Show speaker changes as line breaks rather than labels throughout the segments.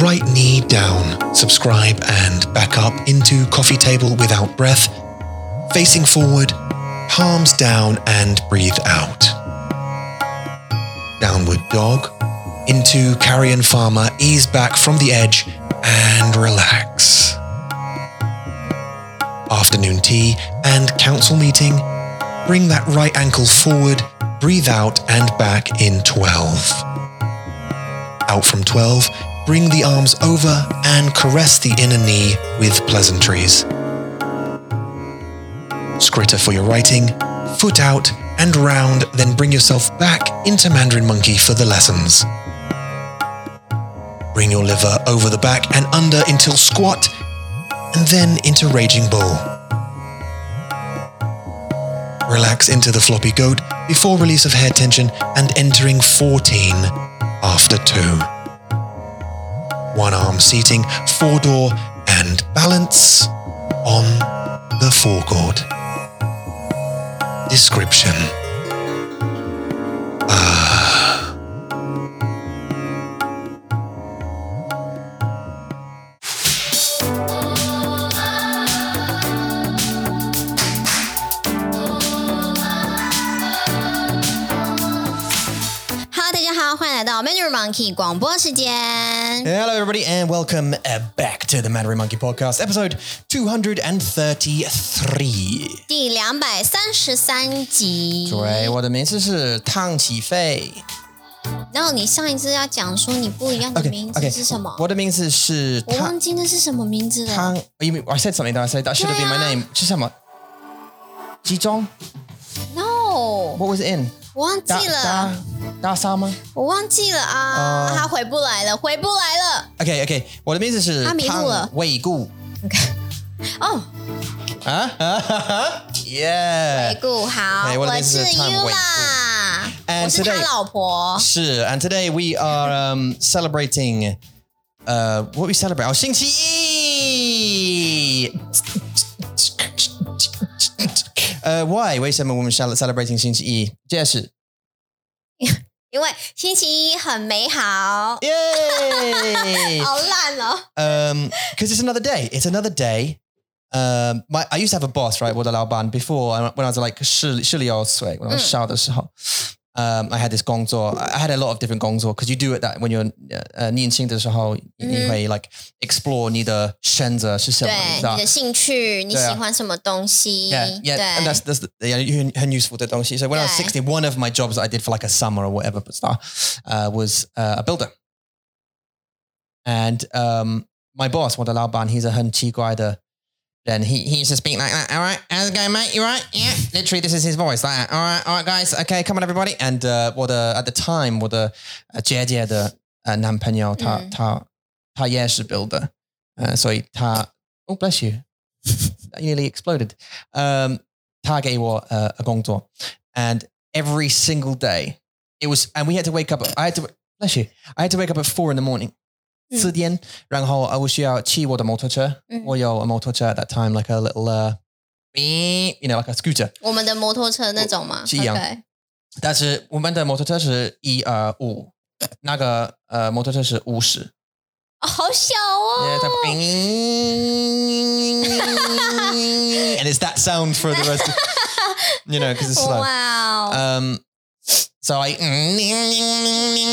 right knee down, subscribe and back up into coffee table without breath, facing forward, palms down and breathe out. Downward dog, into carrion farmer, ease back from the edge and relax. Afternoon tea and council meeting, bring that right ankle forward, breathe out and back in 12. Out from 12, bring the arms over and caress the inner knee with pleasantries. Scritter for your writing, foot out and round, then bring yourself back into Mandarin Monkey for the lessons. Bring your liver over the back and under until squat, and then into Raging Bull. Relax into the floppy goat before release of hair tension and entering 14 after 2. One arm seating, four door, and balance on the forecourt. Description.
Hello，大家好，欢迎来到 Mandarin Monkey 广播时间。
Hello, everybody, and welcome uh, back to the Mandarin Monkey Podcast, episode 233.
第两百三十三集。
对，我的名字是汤启飞。
然后你上一次要讲说你不一样的
Okay,
名
okay.
字是什么我忘
我的名字是汤-
记那是什么名字了。
汤- oh, You mean I said something that I said that should have been my
对啊。
name. 是什么？集中？
No，
What was it in?
我忘记了，
大大大沙吗？
我忘记了啊，
哦
他回不来了，回不来了。
Okay, okay. 我的名字是
他迷路了。
汤伟固。
哦，
啊？啊？Yeah.
回顾好，
哎我的
我
名字
是
是哎汤
U
唯
啦，
And
我是他
today-
老婆。
是，and today we are um, celebrating. Uh, what we celebrate? 哦，星期一。呃、uh,，why？为什么我们 cele- celebrating 星期一？解释。
因为星期一很美 好，
耶！哎
好烂哦。
um, because it's another day. It's another day. Um, my I used to have a boss, right, Wada Lao Ban, before and when I was like Shili Shili when I was
Mm.
Shao Um, I had this gongzuo. I I had a lot of different gongzuo because you do it that when you're uh, 年轻的时候, you may like explore
对你的
你的选择是什么，你知道？
兴趣，你
对啊
喜欢什么东西？
Yeah, yeah, and
对
that's that's the, yeah, 很-很useful的东西. So when I was
Yeah.
16, one of my jobs that I did for like a summer or whatever, but stuff, uh, was uh, a builder. And um, my boss, Wanda Lao Ban, he's a Hun Chi Guy. Then he, he used to speak like that. All right, how's it going, mate? You all right? Yeah, literally, this is his voice. Like, that. all right, all right, guys. Okay, come on, everybody. And uh, what uh, at the time, what the uh, Jie Jie 的呃男朋友，他
嗯
他他也是 builder，呃，Uh, 所以他 Oh, bless you. That nearly exploded. Um, uh, 他给我呃工作 and every single day it was, and we had to wake up. I had to bless you. I had to wake up at four in the morning.
嗯。
四点，然后我需要骑我的摩托车。
嗯。
我有摩托车 at that time, like a little, uh, beep, you know, like a scooter.
我们的摩托车那种嘛，
哦是一样
OK
但是我们的摩托车是一呃五，那个呃摩托车是五十。
哦好小哦
Yeah,。it's like, and it's that sound for the rest. Of, you know, because it's slow.
哇哦，
Um, so I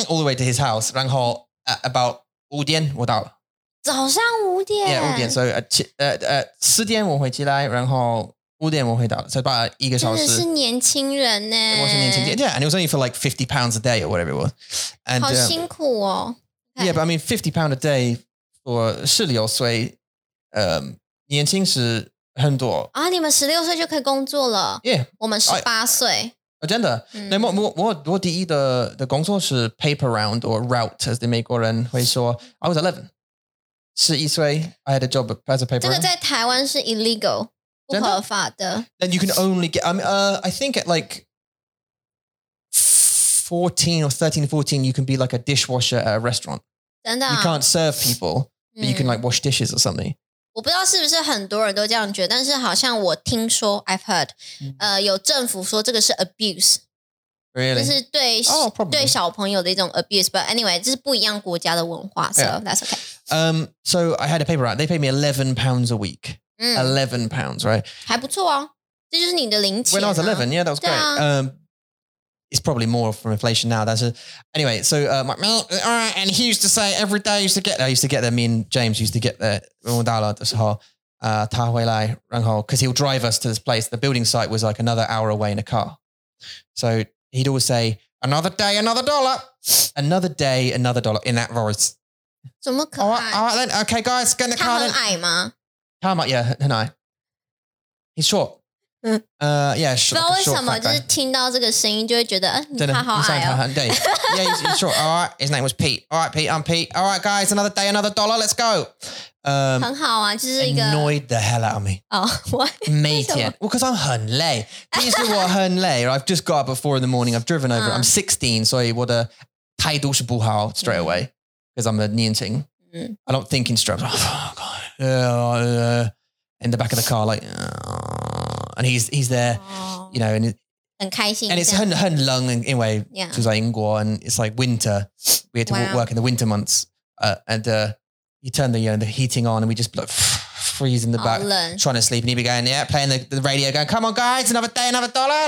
all the way to his house. 然后 at about 五点我到了。
早上五点，
Yeah，五点，所以呃七呃呃 uh, 四点我会起来，然后五点我会到，所以把一个
真
小
的是
时。
年轻人呢，
我是年轻哎点，Yeah，and it was only for like fifty pounds a day or whatever it was. And
好
uh,
辛苦哦。
yeah, but I mean fifty pound a day for 十六岁，嗯，年轻是很多。
啊，你们十六岁就可以工作了，
Yeah，
我们十八岁。
呃真的。
嗯
那么我我我第一的的工作是 paper round or route，as 美国人会说。I was eleven，十一岁，I had a job as a paper.
这个
round.
在台湾是 illegal 不
真的
合法的，
then you can only get. I mean, uh, I think at like fourteen or 13, 14, you can be like a dishwasher at a restaurant.
真的
You
啊。
can't serve people, but you can
嗯
like wash dishes or something.
我不知道是不是很多人都这样觉得，
嗯
但是好像我听说 I've heard，呃，有政府说这个是 abuse，就
Really?
是对、
Oh, probably.
对小朋友的一种 abuse。But anyway，这是不一样国家的文化，so
Yeah.
that's okay。
Um, so I had a paper route. They paid me eleven pounds a week.
嗯，
Eleven pounds, right?
还不错啊，这就是你的零钱、
When I
啊。
was eleven, yeah, that was great.
Yeah.
Um, it's probably more from inflation now. That's a, anyway. So uh, my, all right, and he used to say every day I used to get. I used to get there. Me and James used to get there. uh, Because he'll drive us to this place. The building site was like another hour away in a car. So he'd always say, "Another day, another dollar, another day, another dollar." In that voice.
怎么可
All right,
爱？
all right then. Okay, guys, get in the
他
car
很
then.
矮吗？
How much? Yeah, and I. He's short.
Mm.
Uh, yeah,
不
short.
知道为
short
什么，
fat
就是
guy.
听到这个声音就会觉得，嗯、你
Dunno,
他好
he
矮
sounds
哦。
like that, don't he? Yeah, he's, he's short. All right, his name was Pete. All right, Pete, I'm Pete. All right, guys, another day, another dollar. Let's go. Um,
很好啊，就是一个
annoyed the hell out of me.
哦，我
Mate,
Come
yeah. Well, because I'm Hun Lei. These are what Hun Lei. I've just got up at four in the morning. I've driven over.
Uh.
I'm 16, so I what a Tai straight away because I'm a Nianting.
Mm.
I don't think in straps. Oh, God. Uh, uh, in the back of the car, like, uh, and he's he's there,
哦
you know, and it,
很开心这
and
样，
it's Hun Hun Lung anyway.
Yeah.
Because I Ingwa, and it's like winter. We had to
Wow.
work in the winter months, uh, and uh, you turn the you know, the heating on, and we just like freeze in the
好
back
冷，
trying to sleep and he'd be going, yeah, playing the, the radio, going, come on, guys, another day, another dollar.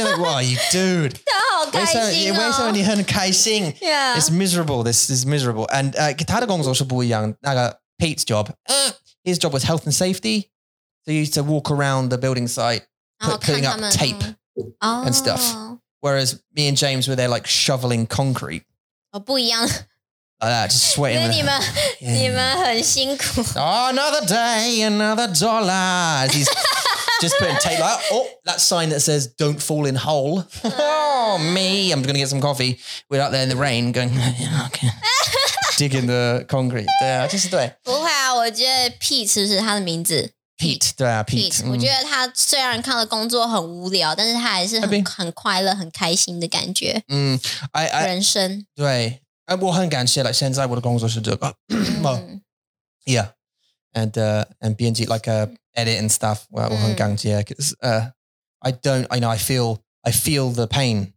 Like, that, yeah. And you're like, what are you, dude?
他好开
Where's that-
心
where's
哦
only。her Kaixing?
Yeah.
It's miserable. This is miserable. And uh, Katara Gong's also boy young. I got Pete's job. Uh, his job was health and safety. So he used to walk around the building site,
然后
put-
看
putting
他
up
们
tape.
哦
and stuff. Whereas me and James were there like shoveling concrete
哦，不一样，
like that, just
因为
sweating. the-
你们
Yeah.
你们很辛苦。
Oh, another day, another dollar. As He's just putting tape like, oh, that sign that says "Don't fall in hole." oh, me, I'm gonna get some coffee. We're out there in the rain, going "Yeah, okay." digging the concrete. Yeah, just the
不会啊，我觉得 Pete 是不是他的名字
Pete, yeah, Pete. Mm,
Pete？我觉得他虽然看到工作很无聊，但是他还是
Happy
很很快乐、很开心的感觉，
Mm, mm, I, I,
人生。
对, I will hang on shit like Shenzai would have Well,
嗯
yeah, and uh, and BNG like uh, edit and stuff. Well,
Mm.
mm. yeah, because uh, I don't, I know, I feel, I feel the pain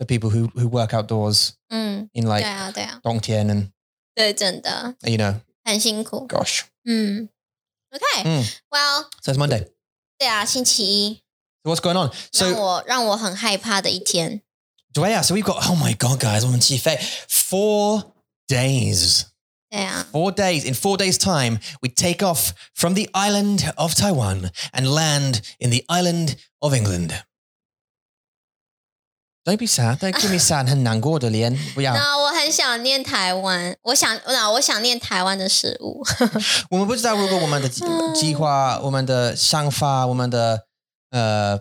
for people who who work outdoors.
嗯，
in
对
like
啊，对啊，
Dongtian and
对，真的
you know,
很辛苦。
gosh.
嗯，OK，Well，、
Mm. So it's Monday. So
对啊，星期一
what's going on?
让
So
我让我很害怕的一天。
Dwaya, so we've got oh my god, guys, I'm on Chife. Four days.
对啊，
Four days. In four days' time, we take off from the island of Taiwan and land in the island of England. Don't be sad. Don't give me sad. 很难过的脸。不要。
那我很想念台湾，我想那我想念台湾的食物。
我们不知道，如果我们的计
嗯
计划、我们的想法、我们的呃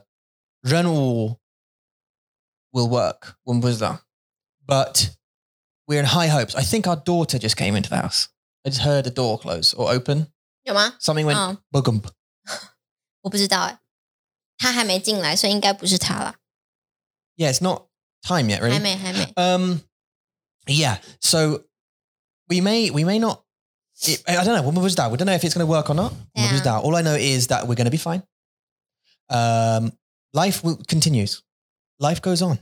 任务 will work，我们不知道。But we're in high hopes. I think our daughter just came into the house. I just heard a door close or open.
有吗？
Something went
嗯
boogum.
我不知道哎、他还没进来，所以应该不是他啦，
Yeah, it's not time yet,
还
really.
没还 没。
Um, yeah. So we may we may not. It, I don't know. When was that? We don't know if it's going to work or not. When was
Yeah.
that? All I know is that we're going to be fine. Um, life will, continues. Life goes on.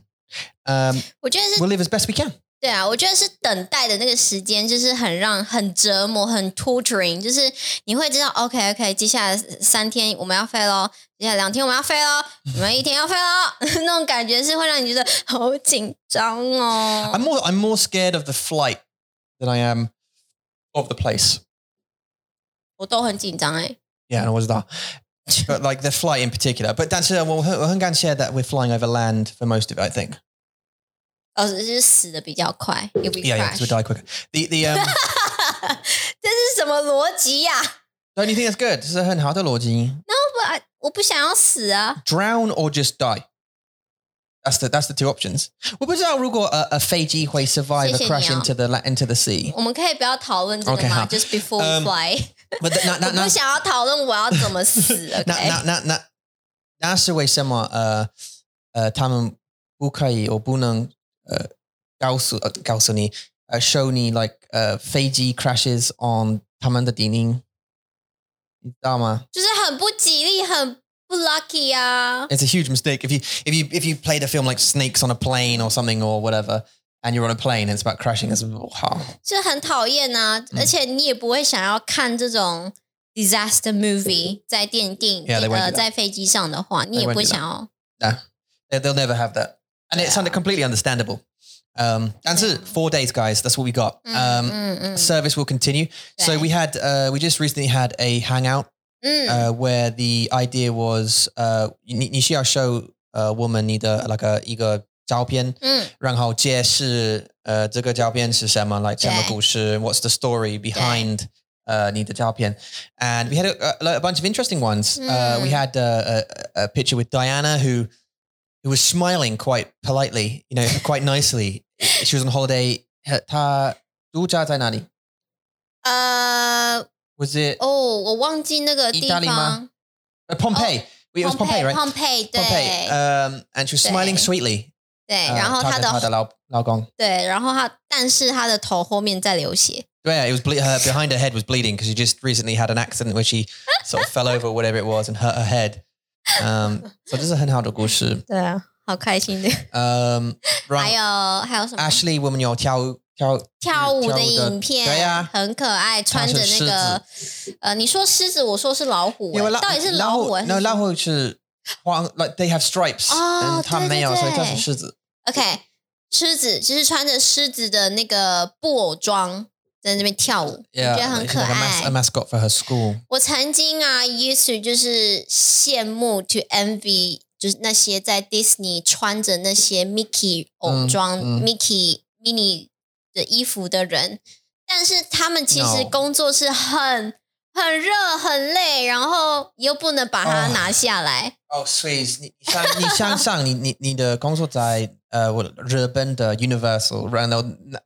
Um,
我觉得是
we'll live as best we can.
对啊，我觉得是等待的那个时间，就是很让很折磨，很 torturing，就是你会知道，OK OK，接下来三天我们要飞喽，接下来两天我们要飞 喽，我们一天要飞喽， 那种感觉是会让你觉得好紧张
I'm
哦。
more I'm more scared of the flight than I am of the place.
我都很紧张哎、
Yeah, and was that. But like the flight in particular. But that's uh, well, Hungan shared that we're flying over land for most of it. I think.
哦，就是死的比较快，哎也比
Yeah, yeah, because we die quicker. The the um,
这是什么逻辑呀、
don't you think that's good? This is a 很好的逻辑。
不，我不想要死啊！
drown or just die. That's the that's the two options. 我不知道如果呃呃飞机会 survive a
谢谢你啊。
crash into the la- into the sea.
我们可以不要讨论这个
OK，
吗
好
？Just before we
嗯
fly，、
But that 那那
我不想要讨论我要怎么死。OK，
那那那那是为什么呃呃他们不可以我不能呃告诉呃告诉你呃 show 你 like 呃飞机 crashes on 他们的电影，你知道吗？
就是很不吉利，很不不 lucky 啊。
It's a huge mistake. If you if you if you played a film like Snakes on a Plane or something or whatever, and you're on a plane and it's about crashing, it's oh, wow.
就很讨厌啊，
嗯
而且你也不会想要看这种 disaster movie 在电电影
Yeah, they won't do
呃
that.
在飞机上的话，你也
won't
不
do that.
想要。
They- They'll never have that, and it's
Yeah.
under, completely understandable. Um, and so four days, guys. That's what we got.
嗯
Um,
嗯嗯
service will continue. So
Right.
we had uh, we just recently had a hangout
嗯
uh, where the idea was uh, 你-你需要show，呃，我们你的，like，一个照片，
嗯，
然后解释，呃，这个照片是什么，like，
对。
什么故事，what's the story behind, 呃，你的照片。And we had a, uh, a, a bunch of interesting ones. Uh, we
Mm.
had uh, a, a picture with Diana who who was smiling quite politely, you know, quite nicely. She was on holiday. 她度假在哪里？
呃，
Was it
哦，我忘记那个地
意大利
方
吗，uh, Pompeii?
oh，
it was Pompeii, right?
蓬佩，
Pompeii.
对
Um, and she was smiling
Day.
sweetly.
对，
uh,
然后嗯他
talking
的
to her lao- laogong.
对，然后他，但是他的头后面在流血，
Yeah, it was ble- her behind her head was bleeding because she just recently had an accident where she sort of fell over or whatever it was and hurt her head. Um, so this is a Henhao 故事.
对啊，好开心的。
Um,
还
right.
有还有什么？
Ashley woman your Tiao Tiao
啊跳舞
跳
的
舞的
影片，
对呀
很可爱，穿着那
它
个，呃，你说狮子，我说是老虎、欸，到底是老虎还是
No 老虎是黄 um, like they have stripes
哦，
and 它没有，所以叫是
对，对，对。
狮子。
？OK，狮子就是穿着狮子的那个布偶装在那边跳舞
Yeah,
我觉得很
she's
可
like a, mas-
爱
a。mascot for her school.
我曾经啊，used to 就是羡慕 to envy，就是那些在 Disney 穿着那些 Mickey 偶装、
嗯嗯
Mickey mini 的衣服的人，但是他们其实
No
工作是很很热、很累，然后又不能把它
哦
拿下来。
哦，所以你你想你想象你你你的工作在呃我日本的 uh, Universal，然后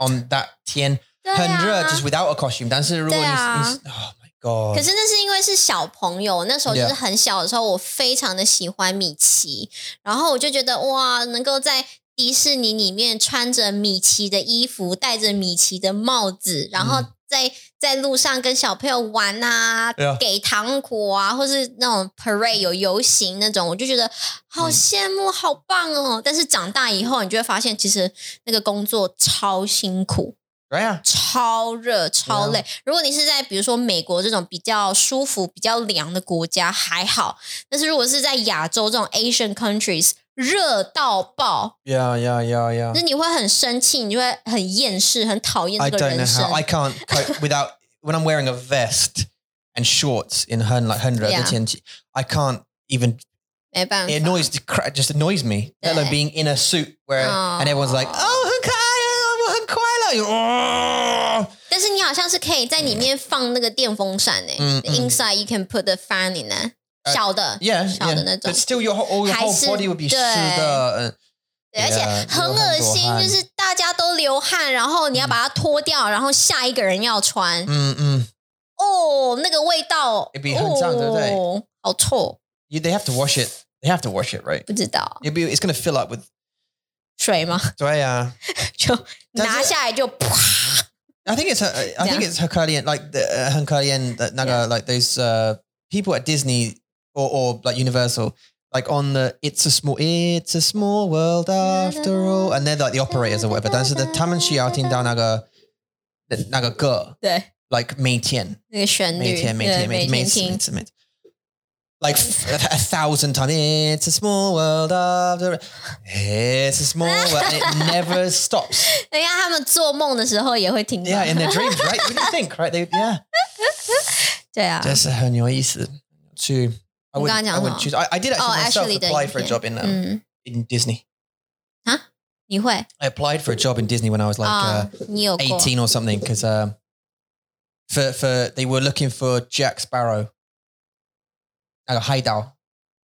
on that 天
对
很 热，
啊
就。是 without a costume，但是如果你
对啊
你 Oh my God，
可是那是因为是小朋友，那时候就是
Yeah
很小的时候，我非常的喜欢米奇，然后我就觉得哇，能够在迪士尼里面穿着米奇的衣服，戴着米奇的帽子，然
嗯
后在、在路上跟小朋友玩啊
Yeah
给糖果啊，或是那种 parade 有游行那种，我就觉得
嗯
好羡慕，好棒哦。但是长大以后，你就会发现，其实那个工作超辛苦。
对啊，
超热、超累。如果你是在比如说美国这种比较舒服、比较凉的国家还好，但是如果是在亚洲这种 Asian countries，热到爆，
呀呀呀呀
就是你会很生气，你就会很厌世、很讨厌
！I
这个
don't
人
know
生
how。I can't cope without when I'm wearing a vest and shorts in 很 like 很热的
Yeah
天气，I can't even
没办
it
法，
annoys the crap just annoys me. Let
Yeah.
alone being in a suit where
Oh.
and everyone's like oh 很快乐，我很快乐。
但是你好像是可以在里面放那个电风扇诶、
嗯
The
嗯
inside you can put the fan in 呢、
呃
小的
Yeah,
小
yeah.
的那种
But。still, your whole, all your whole
还是-
body would be
对。
湿的。
对，而且
Yeah，
很恶心
流，很多汗嗯
就是大家都流汗，然后你要把它脱掉，然后下一个人要穿。
嗯嗯。
哦，那个味道，
It'd be 哎很脏对不对
哦好臭，
You, they have to wash it. They have to wash it, right?
不知道
It'd be, it's going to fill up with.
水吗？
对啊。
就
但是
拿下来就啪，
I think it's I I think
Yeah.
it's Herculean, like the uh, Herculean, that naga, like those uh, people at Disney or, or like Universal, like on the it's a small it's a small world after all, and they're like the operators or whatever. 但是他们需要听到那个那个歌，
对，
like 每天。
那个旋律，对，听，
每天每天每天每天每次每次 like f- a thousand times. It's a small world after. It's a small world. and it never stops.
人家他们做梦的时候也会听到
Yeah, in their dreams, right? What do you think, right? They, yeah.
对啊，
To I would,
你刚刚讲什么？
I would choose. I, I did
哦，Ashley Mm.
actually myself
的
apply for a
影片
job in um,
嗯，
in Disney.
你会
I applied for a job in Disney when I was like
啊
uh,，
你有过
eighteen or something because um, for for they were looking for Jack Sparrow. Uh, Like a hideout.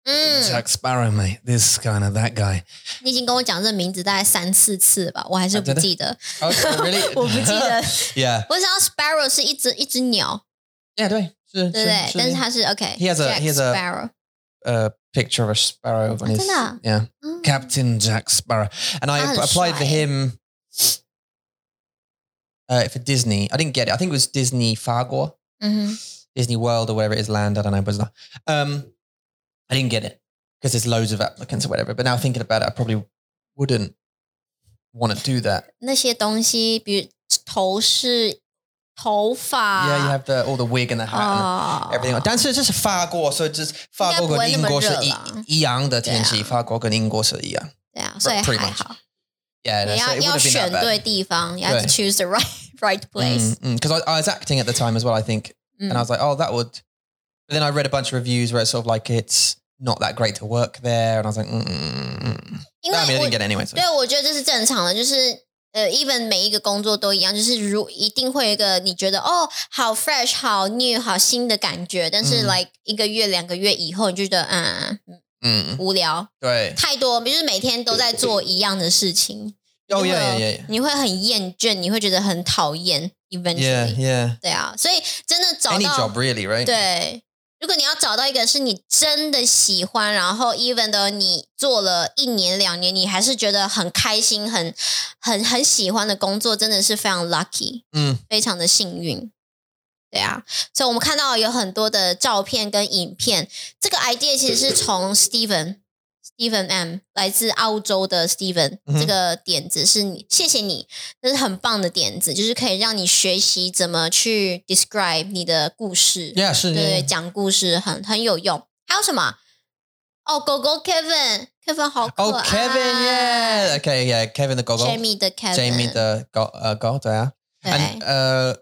嗯，
Jack Sparrow, mate. This kind of that guy.
你已经跟我讲这名字大概三四次吧，我还是
啊
不
真的
记得，
Oh, really?
我不记得，
yeah.
我知道 sparrow 是一只一只鸟，
Yeah, 对，
对
是，
不对？但是它是 OK，
He has a-
Jack
he has a-
sparrow，
a uh, picture of a sparrow on his
真的啊？
yeah
嗯
Captain Jack Sparrow.
and I
Ah,
applied for
shy.
him uh, for Disney. I didn't get it. I think it was Disney Fagor,
嗯哼
Disney World or wherever it is land. I don't know. But it's not. Um, I didn't get it because there's loads of applicants or whatever. But now thinking about it, I probably wouldn't want to do that.
那些东西，比如头饰、头发，
yeah, you have the all the wig and the hat and
啊
everything. 但是这是法国，所以这是法国跟英国是
应
一
该不会那么热吧
一样的天气，
对啊
法国跟英国是一样。
对啊，所以
pretty
还
much 哎
好。
Yeah,
你
so
要
it
要
would've been
选
that bad. Mm,
对地方，you have to
对
choose the right right place。
Because mm, I, I was acting at the time as well, I think,
Mm.
and I was like, oh, that would. But then I read a bunch of reviews where it's sort of like it's not that great to work there, and I was like, mm, mm, mm.
因为
But I mean, I
我
didn't get it anyway. So.
对我觉得这是正常的，就是呃，even 每一个工作都一样，就是如一定会有一个你觉得哦，好 fresh、好 new、好新的感觉，但是
嗯
like 一个月、两个月以后，你就觉得嗯
Mm,
无聊，
对。
太多，就是每天都在做一样的事情。
Oh
你会
yeah,
有
yeah, yeah,
你会很厌倦，你会觉得很讨厌。
yeah, yeah.
Eventually，、Oh,
yeah.
对啊，所以真的找
Any
到
job really, right?
对，如果你要找到一个是你真的喜欢，然后 even 的你做了一年两年，你还是觉得很开心、很很很喜欢的工作，真的是非常 lucky，
嗯，
非常的幸运。对啊，所以我们看到有很多的照片跟影片，这个 idea 其实是从 Steven。Steven M 来自澳洲的 Steven，、
嗯哼
这个点子是你，谢谢你，这是很棒的点子，就是可以让你学习怎么去 describe 你的故事。
Yeah, 是
对，
yeah.
讲故事很很有用。还有什么？哦，狗狗 Kevin，Kevin 好可爱。
Oh, Kevin, yeah. Okay, yeah, Kevin the Goggle.
Jamie 的 Kevin。
Jamie the go- uh, God, yeah.
对
And uh,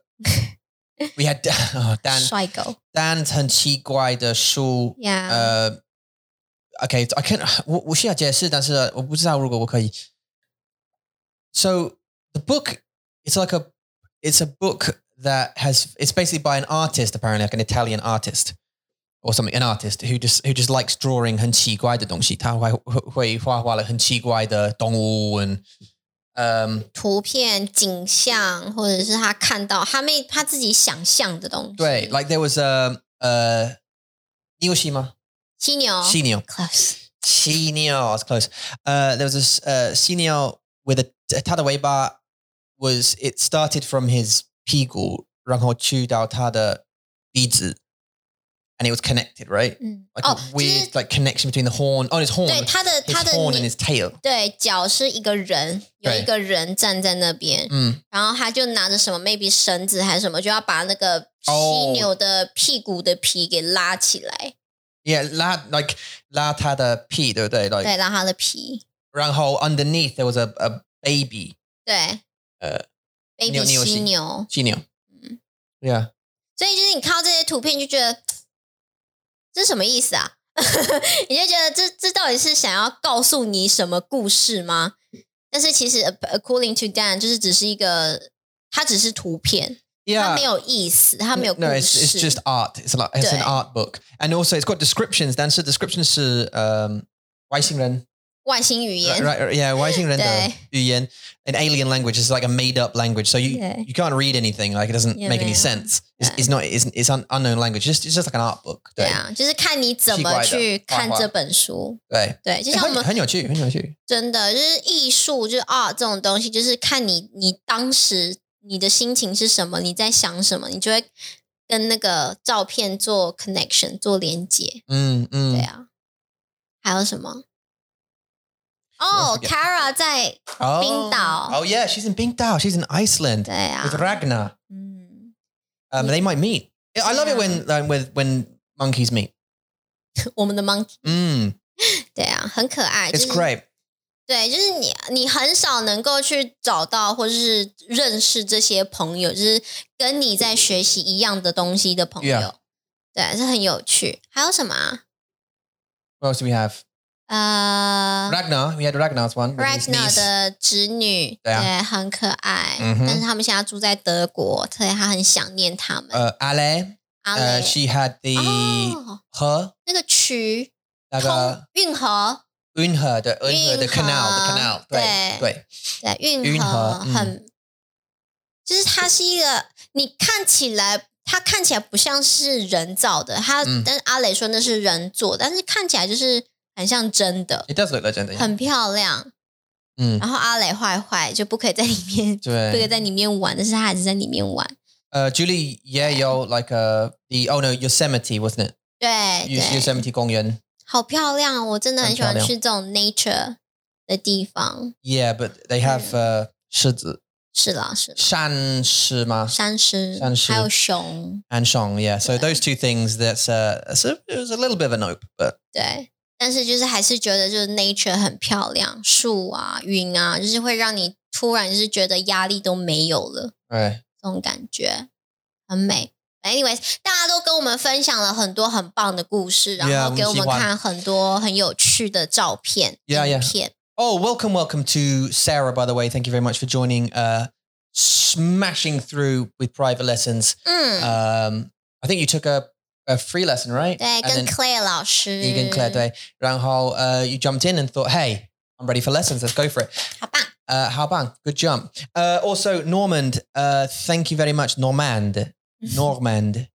we had Dan, oh, Dan
帅狗
Dan's 很奇怪的书，
呀。Yeah
呃，OK，I can，我我需要解释，但是我不知道如果我可以。So the book, it's like a, it's a book that has, it's basically by an artist apparently, like an Italian artist or something, an artist who just who just likes drawing 很奇怪的东西，他会会会画画了很奇怪的动物 and，嗯、um,。
图片、景象，或者是他看到他妹他自己想象的东西。
对，like there was a 呃，你有戏吗？
犀牛
犀牛，
，close，
犀牛，I was close. Uh, there was this uh, 犀牛 with a 它的尾巴 was it started from his 屁股，然后去到他的鼻子，and it was connected, right?
嗯，
Like
哦
a，
就是
weird like connection between the horn on his horn,
对他的
his
他的
horn and
脸
his tail.
对脚是一个人，有
对
一个人站在那边，
嗯，
然后他就拿着什么 maybe 绳子还是什么，就要把那个犀
哦
牛的屁股的皮给拉起来，
yeah, 拉 like 拉他的屁，对不对？like
对，拉它的皮，
然后 underneath there was a a baby
对，
呃
，baby
牛牛
犀
形
牛，
犀牛
嗯。
Yeah.
所以就是你看到这些图片就觉得这是什么意思啊？ 你就觉得这这到底是想要告诉你什么故事吗？但是其实 a- according to Dan，就是只是一个，它只是图片，
Yeah.
它没有意思，它没有故
no, it's,
事。
it's just art. It's like it's an
Yeah.
art book, and also it's got descriptions. Then so descriptions to um, 外星人,
外星语言
right, right, yeah, 外星人的
对。
语言, an alien language is like a made up language. So you
对
you can't read anything. Like it doesn't
Yeah,
make any
yeah.
sense. It's,
Yeah.
it's not. It's, it's an unknown language. It's just, it's just like an art book.
对啊，就是看你怎么去看这本书。对，
哎
就像我们
对，很很有趣，很有趣。Yeah,
真的就是艺术，就是 art 这种东西，就是看你你当时你的心情是什么，你在想什么，你就会跟那个照片做 connection 做连接。
Mm,
对
嗯
啊，还有什么？哦、
我
t
forget
a r a 在冰岛。
Oh yeah, she's in Bingdao. She's in Iceland
对啊
with，Ragnar.
嗯，
Um, they might meet. I love
Yeah.
it when um, with when monkeys meet.
我们的 monkey，
Mm.
对啊，很可爱，就
It's
是
great.
对，就是你，你很少能够去找到或是认识这些朋友，就是跟你在学习一样的东西的朋友
Yeah
对，是很有趣。还有什么啊？
What else do we have? Uh,
呃
Ragnar. We had Ragnar's one. with his
Ragnar
niece.
的侄女，
对啊
很可爱、
嗯哼
但是他们现在住在德国，所以他很想念他们。
Uh, Ale. Oh.
阿雷、
Uh, she had the
哦，
her.
那个渠通
Like uh,
运河，
Unher, the Unher, the
运河。
canal, the canal.
对。对，运
运
河
河嗯
很，就是它是一个，你看起来它看起来不像是人造的，它、
嗯
但是阿磊说那是人做，但是看起来就是很像真的，
It does look legendary. Mm.
很漂亮。
嗯
然后阿磊坏坏就不可以在里面，不可以在里面玩，但是他还是在里面玩。
Uh, Julie, yeah, yo, like uh, the, oh no, Yosemite, wasn't it?
对
Yos-
对
Yosemite 公园
好漂亮！哦我真的很喜欢
很漂亮
去这种 nature 的地方。
Yeah, but they have uh, 狮子,
是啦，是啦，
山狮吗？
山狮，
啊山狮
还有熊，
and Shong. Yeah, so those two things. That's uh, it's a, it was a little bit of a nope, but
对。但是就是还是觉得就是 nature 很漂亮，树啊、云啊，就是会让你突然就是觉得压力都没有了。
right.
这种感觉很美。Anyways，大家都跟我们分享了很多很棒的故事，
Yeah，
然后给
我
我们
们喜欢
看很多很有趣的照片、
Yeah，
影
yeah
片。
Oh, welcome, welcome to Sarah. By the way, thank you very much for joining. Uh, smashing through with private lessons.
嗯，
Um, I think you took a, a free lesson, right?
对，
And then-
跟 Claire 老师，
you can clear day. Ranghal, uh, you jumped in and thought, hey, I'm ready for lessons. Let's go for it.
好棒，
Uh, how bang? Good jump. Uh, also, Normand, uh, thank you very much. Normand. Normand.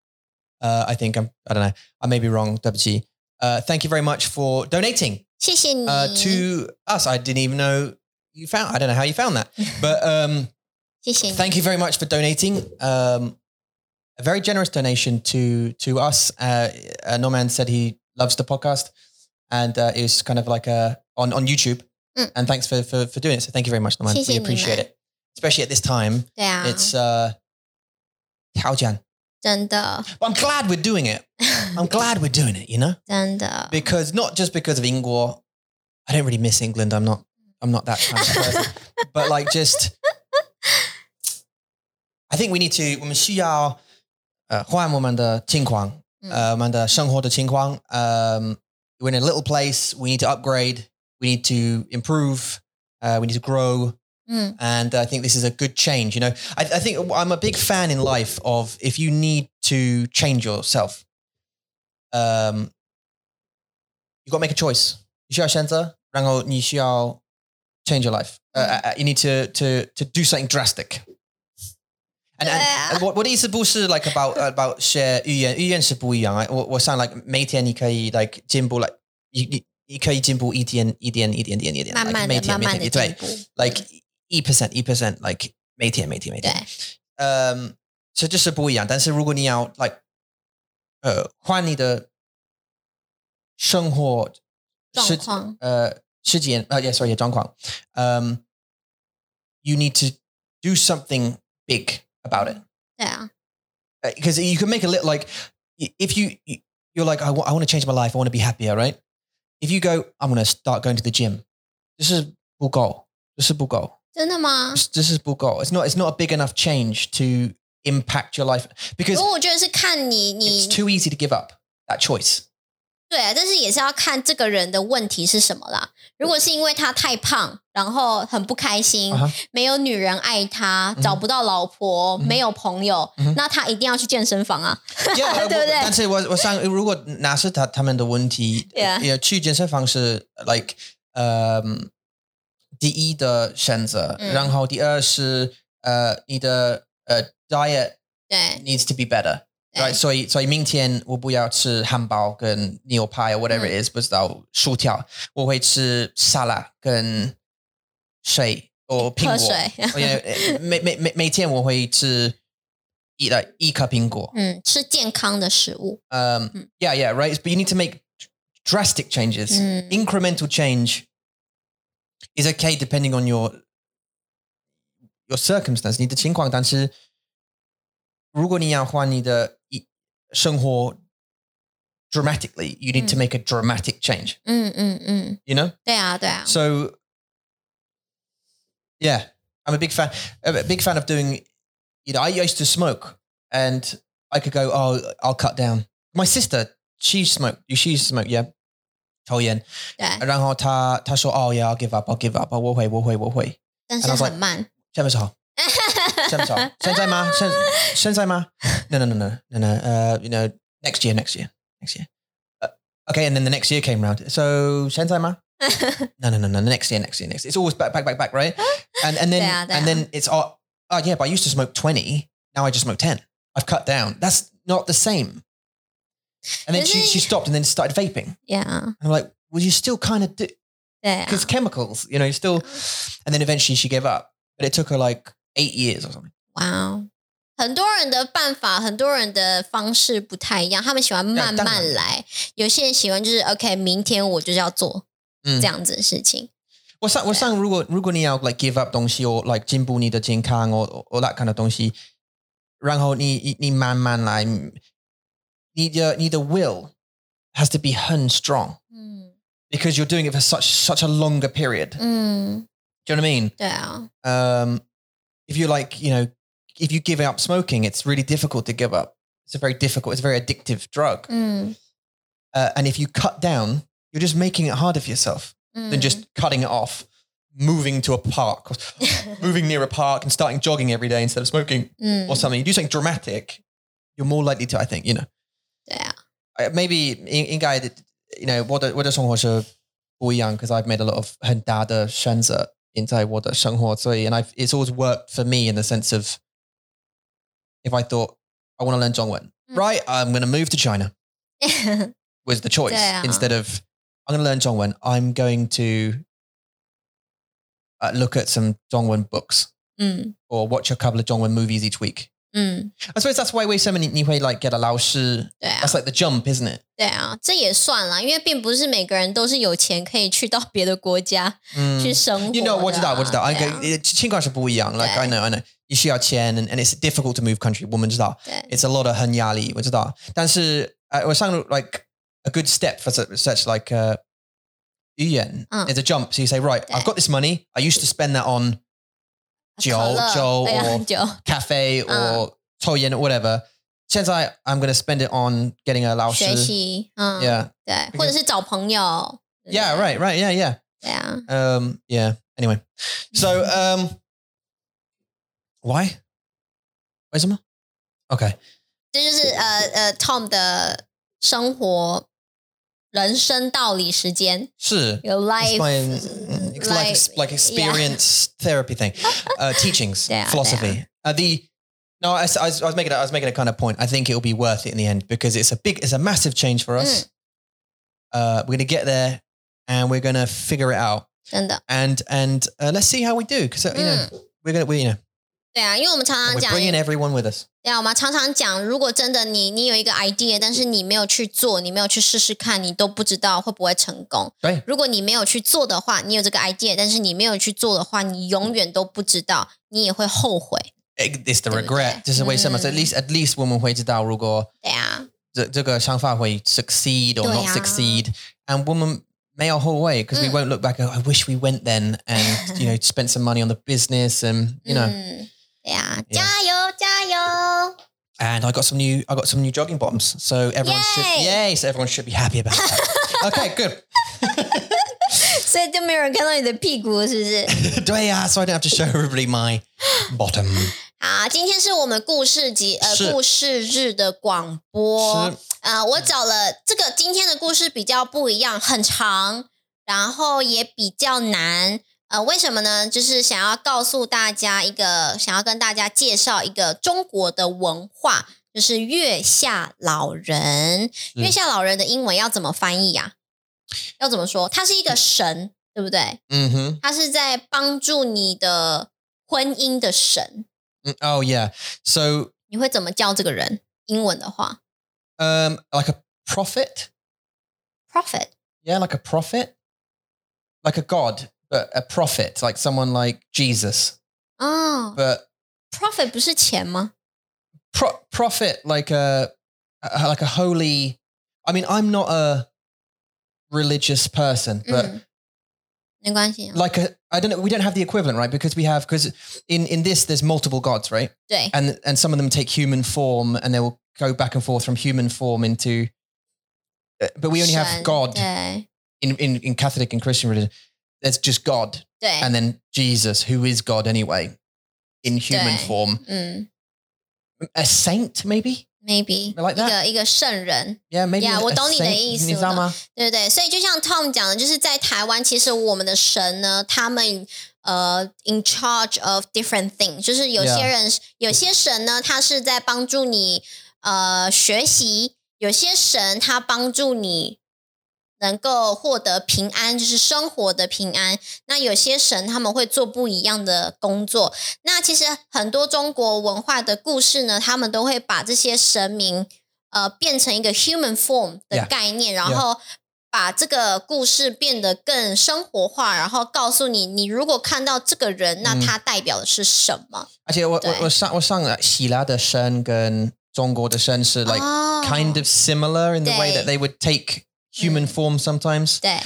Uh, I think I'm, I don't know. I may be wrong, WG. Uh, thank you very much for donating
谢谢你。
uh, to us. I didn't even know you found, I don't know how you found that, but um,
谢谢你。
thank you very much for donating. Um, a very generous donation to to us. Uh, uh, Norman said he loves the podcast, and uh, it was kind of like a on on YouTube.
Mm.
And thanks for, for for doing it. So thank you very much, Norman.
Thank
We
you,
appreciate
Norman.
it, especially at this time.
对啊，
It's uh, Taojian.
真的，
But I'm glad we're doing it.
Mm.
I'm glad we're doing it. You know,
真的，
because not just because of Ingor. I don't really miss England. I'm not. I'm not that kind of person. but like just I think we need to 我们需要呃换我们的情况，
嗯
呃我们的生活的情况，呃 Um, we're in a little place, we need to upgrade, we need to improve, uh, we need to grow.
嗯
And I think this is a good change. You know, I, I think I'm a big fan in life of if you need to change yourself, um, you've got to make a choice. 你需要选择，然后你需要 change your life. Uh,
Mm.
uh, you need to to to do something drastic. And, and,
Yeah.
and what what 意思不是 like about about 学语言，语言是不一样啊。我我想 like 每天你可以 like 进步 like E 你你你可以进步一点一点一点一点点一点，
慢慢的、慢慢的进步。
like e percent e percent like 每天每天每
对
天，，嗯，所以就是不一样。但是如果你要 like 呃换你的生活
状况
呃时间呃 yeah sorry 状况，嗯、y o u need to do something big about it
对啊，
because you can make a little like if you you're like I want to change my life I want to be happier right if you go I'm gonna start going to the gym 这是不够，这是不够。
真的吗？
this this is Bulgol. It's not it's not a big enough change to impact your life because
如果我觉得是看你，你
it's too easy to give up that choice.
对啊，但是也是要看这个人的问题是什么啦。如果是因为他太胖，然后很不开心
啊哈
没有女人爱他
嗯
找不到老婆
嗯
没有朋友
嗯哼
那他一定要去健身房啊。
Yeah,
对不对？
但是我我想，如果那是他他们的问题
Yeah.
也去健身房是 like 呃第一的选择，
嗯。
然后第二是呃你的呃 diet
对
needs to be better.
对
Right, 所以所以明天我不要吃汉堡跟牛排 or whatever it is，、不知道薯条，我会吃沙拉跟水哦苹
喝
果。
水，
哦也呃每每每每天我会吃一来一颗苹果。
嗯，吃健康的食物，
嗯、
嗯
y e a h yeah, right. But you need to make drastic changes.
嗯
Incremental change is okay depending on your your circumstance，你的情况。但是如果你要换你的一生活 dramatically, you need to
嗯
make a dramatic change.
嗯嗯嗯，
You know.
对啊对啊，
So, yeah, I'm a big fan. I'm a big fan of doing. You know, I used to smoke, and I could go. Oh, I'll cut down. My sister, she smoked. She used to smoke. Yeah, 抽烟。
对，
然后她她说，Oh yeah, I'll give up. I'll give up. 我会我会我会。
但是
然后
很慢，
现在不是好，现在不是好，现在吗？现现在吗？No, no, no, no, no, no. Uh, you know, next year, next year, next year. Uh, okay, and then the next year came round. So 现在吗？no, no, no, no. Next year, next year, next. Year. It's always back, back, back, back, right? And and then
Yeah,
and then it's oh, oh yeah. But I used to smoke twenty. Now I just smoke ten. I've cut down. That's not the same. And then she,
Isn't-
she stopped and then started vaping. And
yeah，
I'm like, well, you still kind of do
对啊，
because chemicals, you know, you still. And then eventually she gave up, but it took her like eight years or something.
哇哦，很多人的办法，很多人的方式不太一样，他们喜欢慢
当然
慢来，有些人喜欢就是 OK，明天我就是要做
嗯
这样子的事情。
我上我上，如果如果你要 like give up 东西，or like 进步你的健康，or or that kind of 东西，然后你你你慢慢来，你的你的 will has to be 很 strong
嗯
because you're doing it for such such a longer period.
嗯，
Do you know what I mean?
对啊，
Um, if you like, you know, if you give up smoking, it's really difficult to give up. It's a very difficult. It's a very addictive drug.
嗯
Uh, and if you cut down, you're just making it harder for yourself.
嗯，
than just cutting it off, moving to a park, moving near a park and starting jogging every day instead of smoking
嗯
or something. You do something dramatic, you're more likely to, I think, you know.
对啊，
Uh, Maybe in, in guy that, you know, what what song was young because I've made a lot of Hendada Shenza inside what Shenghua and I've it's always worked for me in the sense of if I thought I want to learn Zhongwen,
Mm.
right? I'm going to move to China was the choice
Yeah.
instead of I'm going to learn Dongwen. I'm going to uh, look at some Dongwen books
嗯
or watch a couple of Dongwen movies each week.
嗯，
I suppose that's why we so many you may, like get a Lao Shi.
对啊
That's，like the jump, isn't it?
对啊，这也算啦，因为并不是每个人都是有钱可以去到别的国家去
Mm.
生活的啊。
You know, what did that? What did that? I
对啊
go, eh, young. Like,
Yeah.
I know, I know. You see our Chen, and, and it's difficult to move country. Woman,
对，啊
it's a lot of 很压力，我知道。但是，呃，我上 like a good step for such, such like uh, 语言
嗯。
It's a jump. So you say, right, I've got this money. I used to spend that on 酒
可乐
酒
对啊
我
酒，
cafe or 抽烟 or whatever. 现在 I'm gonna spend it on getting a
学
老师。
习，嗯，
Yeah,
对，或者是找朋友。
yeah,
对
right, right, yeah, yeah.
对啊，
Um, yeah. Anyway, so um, why? 为什么? Okay.
这就是呃呃 Tom 的生活、人生道理时间
是。
有 life，
It's my mm, ex- like, ex- like experience therapy thing, uh, teachings,
Yeah,
philosophy. Uh, the no, I, s- I was, I was making a, I was making a kind of point. I think it'll be worth it in the end because it's a big, it's a massive change for us. Uh, we're gonna get there, and we're gonna figure it out,
真的，
and and uh, let's see how we do because you know we're gonna we you know
对啊，因为我们常常
we're
讲，
bringing
对
everyone with us.
啊，我们常常讲，如果真的你你有一个 idea，但是你没有去做，你没有去试试看，你都不知道会不会成功。
对
如果你没有去做的话，你有这个 idea，但是你没有去做的话，你永远都不知道，你也会后悔。
It- It's the
对不对？
regret. This is way so much. At
嗯。
least at least 我们会知道如果
对啊，
这-这个想法会 succeed or not
对啊。
succeed, and woman male whole way because we
嗯。
won't look back. and, I wish we went then and you know spent some money on the business and you know
嗯，对啊，
Yeah
加油加油！
and I got some new I got some new jogging bottoms. So everyone should
Yay!
yay, so everyone should be happy about that. okay, good.
所以就没有人看到你的屁股，是不 是？
对呀, so I don't have to show everybody my bottom.
好，今天是我们故事集呃
是
故事日的广播
是。
呃，我找了这个今天的故事比较不一样，很长，然后也比较难。呃，为什么呢？就是想要告诉大家一个，想要跟大家介绍一个中国的文化，就是月下老人。
嗯
月下老人的英文要怎么翻译呀、要怎么说？它是一个神，对不对？
Mhm.
它是在帮助你的婚姻的神。
Mm, Oh yeah. So
你会怎么叫这个人？英文的话
um like a prophet?
，prophet，
Yeah, like a prophet. Like a god, but a prophet, like someone like Jesus.
哦
But
，prophet 不是钱吗？
pro- prophet like a, a- like a holy i mean i'm not a religious person but
嗯，没关系啊、
like a i don't know we don't have the equivalent right because we have because in in this there's multiple gods right
对
and and some of them take human form and they will go back and forth from human form into uh, but we only
神
have god
对
in, in in catholic and christian religion there's just god
对，
and then jesus who is god anyway in human
Right.
form
嗯
a saint maybe
，maybe
I like
一
that
个一个圣人，
yeah maybe
Yeah,
a- a
我懂你的
saint，
意思，
你知道吗？
对不对？所以就像 Tom 讲的，就是在台湾，其实我们的神呢，他们呃 in charge of different things，就是有些
Yeah.
人有些神呢，他是在帮助你呃学习；有些神他帮助你能够获得平安，就是生活的平安。那有些神他们会做不一样的工作。那其实很多中国文化的故事呢，他们都会把这些神明呃变成一个 human form 的
Yeah.
概念
Yeah.
然后把这个故事变得更生活化，然后告诉你，你如果看到这个人，那
嗯
他代表的是什么？
而且我
对
我我上我上了希腊的神跟中国的神是 like、
哦
kind of similar in the way
对
that they would take human
嗯
form sometimes.
对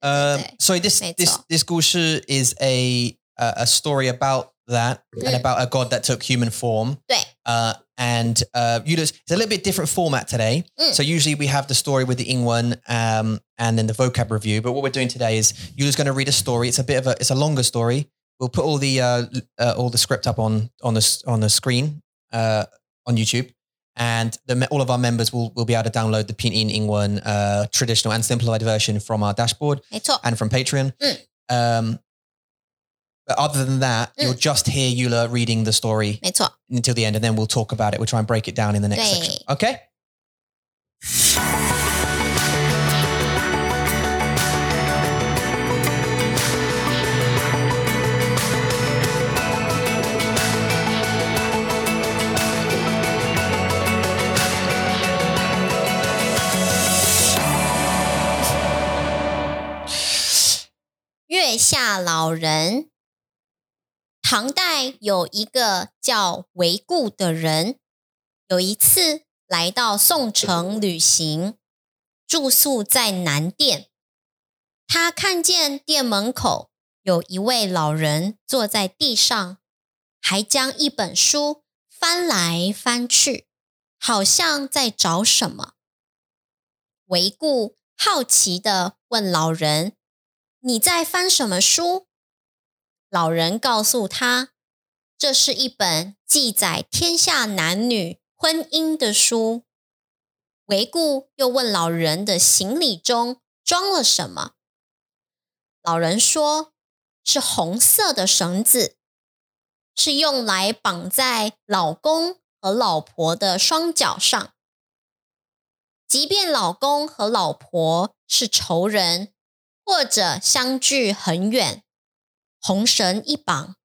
Um,
对，
so this
Mm。没错。
this this 故事 is a uh, a story about that and
嗯。
about a god that took human form.
对
Uh, and uh, Yuda's, it's a little bit different format today.
嗯。
So usually we have the story with the Ingwen um, and then the vocab review. But what we're doing today is Yuda's going to read a story. It's a bit of a, it's a longer story. We'll put all the uh, l- uh, all the script up on on the s- on the screen uh, on YouTube, and the, me- all of our members will will be able to download the Pinyin Ingwen uh, traditional and simplified version from our dashboard
没错，
and from Patreon.
Mm.
Um, but other than that,
Mm.
you'll just hear Eula reading the story
没错。
until the end, and then we'll talk about it. We'll try and break it down in the next
Great.
section. Okay.
月下老人。唐代有一个叫韦固的人，有一次来到宋城旅行，住宿在南店。他看见店门口有一位老人坐在地上，还将一本书翻来翻去，好像在找什么。维固好奇地问老人：“你在翻什么书？”老人告诉他：“这是一本记载天下男女婚姻的书。”维固又问老人的行李中装了什么。老人说：“是红色的绳子，是用来绑在老公和老婆的双脚上。”即便老公和老婆是仇人，或者相距很远，红绳一绑，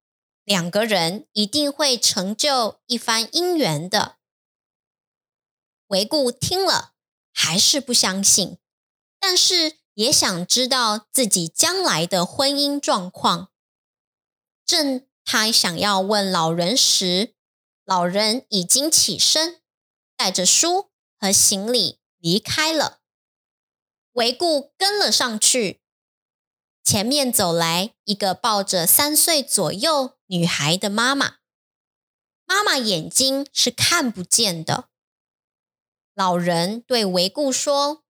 两个人一定会成就一番姻缘的。维固听了还是不相信，但是也想知道自己将来的婚姻状况。正他想要问老人时，老人已经起身，带着书和行李离开了。维固跟了上去，前面走来一个抱着三岁左右女孩的妈妈，妈妈眼睛是看不见的。老人对维固说：“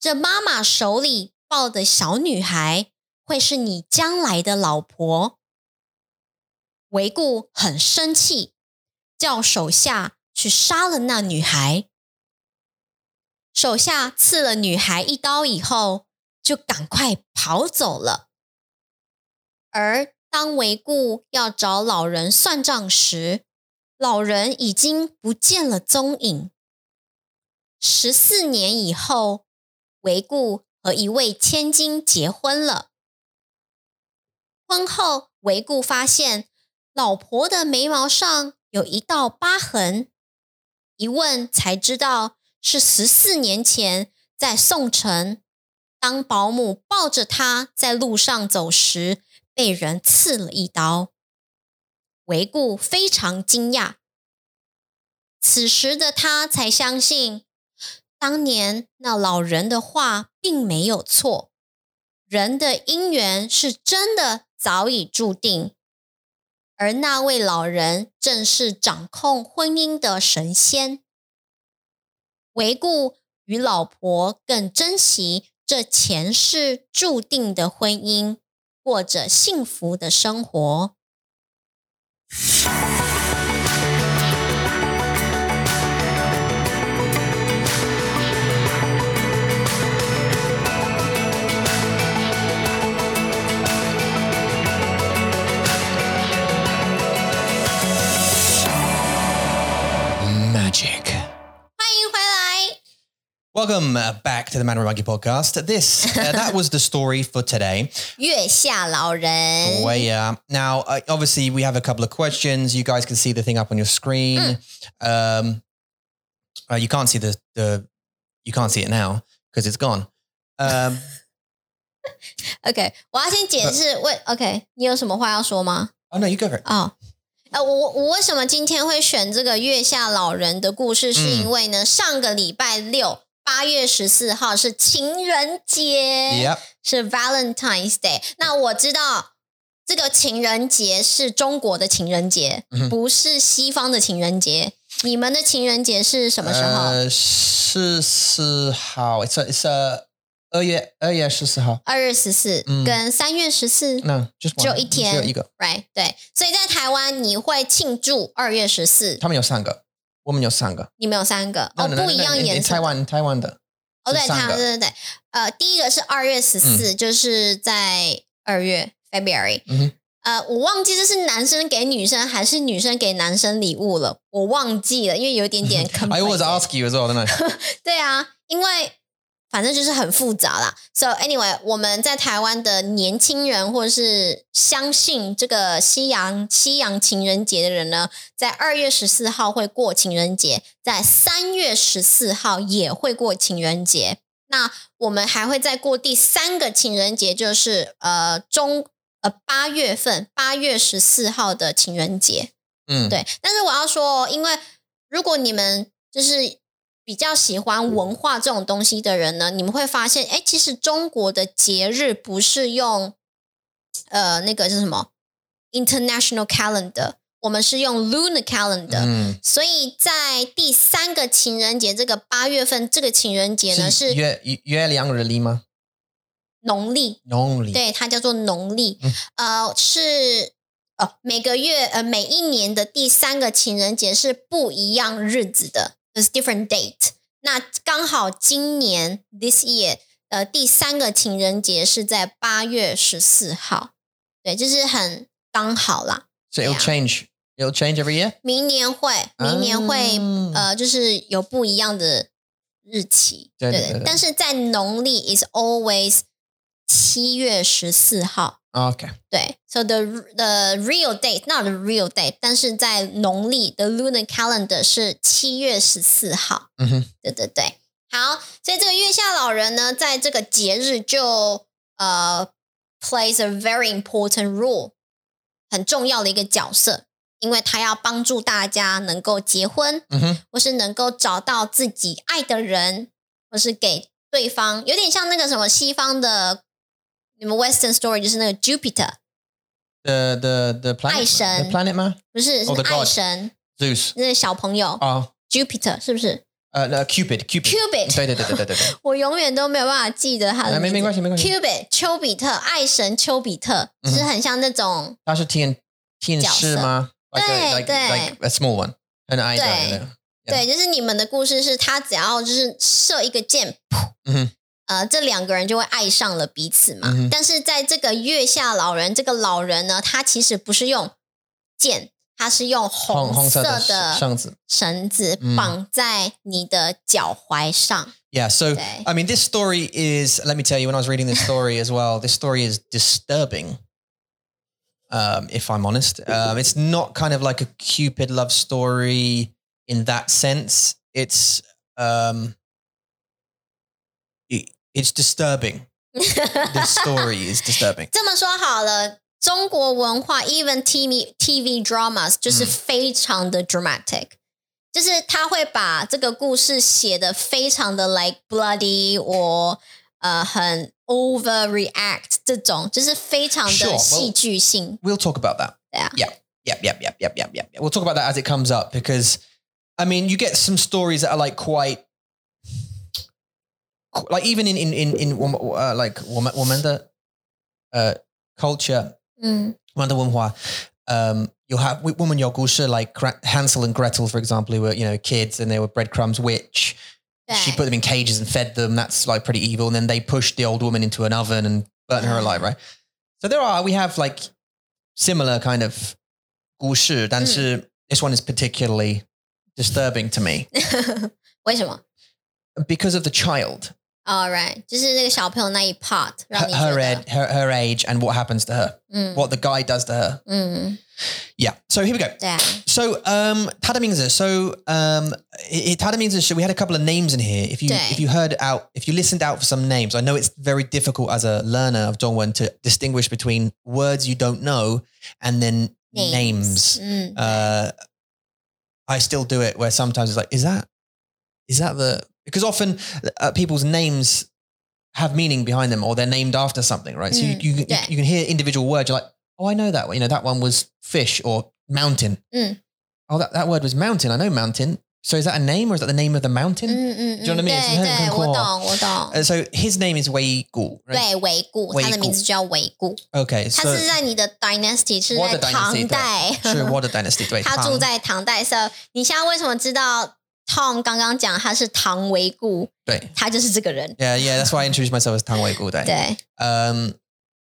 这妈妈手里抱的小女孩会是你将来的老婆。”维固很生气，叫手下去杀了那女孩。手下刺了女孩一刀以后，就赶快跑走了。而当维固要找老人算账时，老人已经不见了踪影。十四年以后，维固和一位千金结婚了。婚后，维固发现老婆的眉毛上有一道疤痕，一问才知道是十四年前在宋城，当保姆抱着她在路上走时，被人刺了一刀。维固非常惊讶，此时的他才相信，当年那老人的话并没有错，人的姻缘是真的早已注定。而那位老人正是掌控婚姻的神仙。维固与老婆更珍惜这前世注定的婚姻，过着幸福的生活。
Magic.
欢迎回来，
Welcome uh, back to the Man with Monkey podcast. This uh, that was the story for today.
月下老人，
Well, yeah. Now, uh, obviously, we have a couple of questions. You guys can see the thing up on your screen. Um, uh, you can't see the the you can't see it now because it's gone. Um,
OK，我要先解释为 OK，你有什么话要说吗？
oh no, you go for it.
哦，呃，我我为什么今天会选这个月下老人的故事，是因为呢，上个礼拜六。八月十四号是情人节
Yep.
是 Valentine's Day。那
嗯
我知道这个情人节是中国的情人节，
嗯哼
不是西方的情人节。你们的情人节是什么时
呃
候？
Uh, it's a, it's a oh, 二月二月十四号。
二、月十四
嗯
跟三月十四
No, just one.
只有一天。
只有一个。
，right？对，所以在台湾你会庆祝二月十四，
他们有三个，我们有三个。
你们有三个
No,
哦，
no, no,
不
no,
一
no,
样
in- in
颜色。
Taiwan- Taiwan 的。
哦，对，
是
他
三个
对对对，呃，第一个是二月十四、就是在二月 February，、
嗯哼
呃，我忘记这是男生给女生还是女生给男生礼物了，我忘记了，因为有一点 点
I
conflicted
always ask you as well, don't I?
对啊，因为反正就是很复杂啦。So anyway，我们在台湾的年轻人或是相信这个西洋西洋情人节的人呢，在二月十四号会过情人节，在三月十四号也会过情人节。那我们还会再过第三个情人节，就是呃中呃八月份八月十四号的情人节。
嗯，
对，但是我要说、哦，因为如果你们就是比较喜
嗯
欢文化这种东西的人呢，你们会发现，哎，其实中国的节日不是用呃那个是什么 international calendar，我们是用 lunar calendar、
嗯，
所以在第三个情人节，这个八月份这个情人节呢是
月-月-月亮日历吗？
农历
农历。
对，它叫做农历，
嗯
呃，是呃每个月呃每一年的第三个情人节是不一样日子的，it's different date。那刚好今年 this year，呃，第三个情人节是在八月十四号，对，就是很刚好啦。
So it'll
Yeah.
change. It'll change every year.
明年会，明年会，
嗯
呃，就是有不一样的日期，
对
对
对对对
但是在农历 is always 七月十四号。
Ah, Okay.
对，so the the real date not the real date，但是在农历的 lunar calendar 是七月十四号。
嗯哼，
对对对，好，所以这个月下老人呢，在这个节日就呃 plays a very important role，很重要的一个角色，因为他要帮助大家能够结婚，
嗯哼，
或是能够找到自己爱的人，或是给对方，有点像那个什么西方的。你们 Western story 就是那个 Jupiter，
The the the planet.
爱神。
The planet 吗
不是是
Oh, the
爱
god.
神，
？Zeus.
那个小朋友、
啊，
Jupiter 是不是
呃呃，Cupid Cupid。
？Cubit，
嗯对对对对对对。
我永远都没有办法记得他的
啊，
名
没-
字。
没关系，没关系。
Cubit 丘比特，爱神丘比特，
嗯
就是很像那种
它是天-天使吗？Like a-
对，
like-
对。
like a small one. An eye
对。
down.
对，就是你们的故事是他只要就是射一个箭，
嗯哼
呃，这两个人就会爱上了彼此嘛。
嗯哼
但是在这个月下老人，这个老人呢，他其实不是用箭，他是用
红-
红色
红色的
的
绳子。
绳子
嗯
绑在你的脚踝上。
Yeah, so
Okay.
I mean, this story is. Let me tell you, when I was reading this story as well, this story is disturbing. Um, if I'm honest, um, it's not kind of like a Cupid love story in that sense. It's um, it, it's disturbing. This story is disturbing.
这么说好了，中国文化 even TV TV dramas
嗯
就是非常的 dramatic，、就是他会把这个故事写的非常的 like bloody or 呃很 overreact 这种，就是非常
Sure,
的
well-
戏剧性。
We'll talk about that.
Yeah.
Yeah. Yep. Yep. Yep. Yep. Yep. Yep. We'll talk about that as it comes up because, I mean, you get some stories that are like quite, like even in in in in wom- uh, like woman woman the, uh, culture
嗯
Wonder Woman um, you'll have woman Yogusha like Gra- Hansel and Gretel, for example, who were you know kids and they were breadcrumbs, which
对，
she put them in cages and fed them. That's like pretty evil. And then they pushed the old woman into an oven and burnt her alive, right? So there are, we have like similar kind of 故事, this one is particularly disturbing to me.
为什么？
because of the child,
All right，就是那个小朋友那一 part 让
her,
你
her,
觉得，
ed, her, her age, and what happens to her,
嗯
what the guy does to her.
嗯，
Yeah. So here we go.
对啊，
So um, Tadamingza. So um, it, Tadamingza. So we had a couple of names in here. If you
Day.
if you heard out, if you listened out for some names, I know it's very difficult as a learner of Dongwon to distinguish between words you don't know and then names.
嗯，
Uh, I still do it where sometimes it's like, is that is that the because often uh, people's names have meaning behind them or they're named after something, right? So
Mm,
you you,
yeah.
you can hear individual words. You're like, oh, I know that one. You know that one was fish or mountain.
Mm.
Oh, that, that word was mountain. I know mountain. So is that a name or is that the name of the mountain?
嗯嗯嗯，
Do you know what I
对
mean? It's 很
对，
很
我
cool
懂我懂，
Uh, so his name is Wei Gu, right?
对，维固，
维
他的
固
名字叫维固，
Okay,
他
so
是在你的 dynasty 是
我
在
的 dynasty，
唐代，
sure, what a dynasty. 对，
他住在唐代，所以你现在为什么知道 Tom 刚刚讲他是唐维固，
对。
他就是这个人，
Yeah, yeah, that's why I introduced myself as Tang Wei Gu Day.
对，
Um,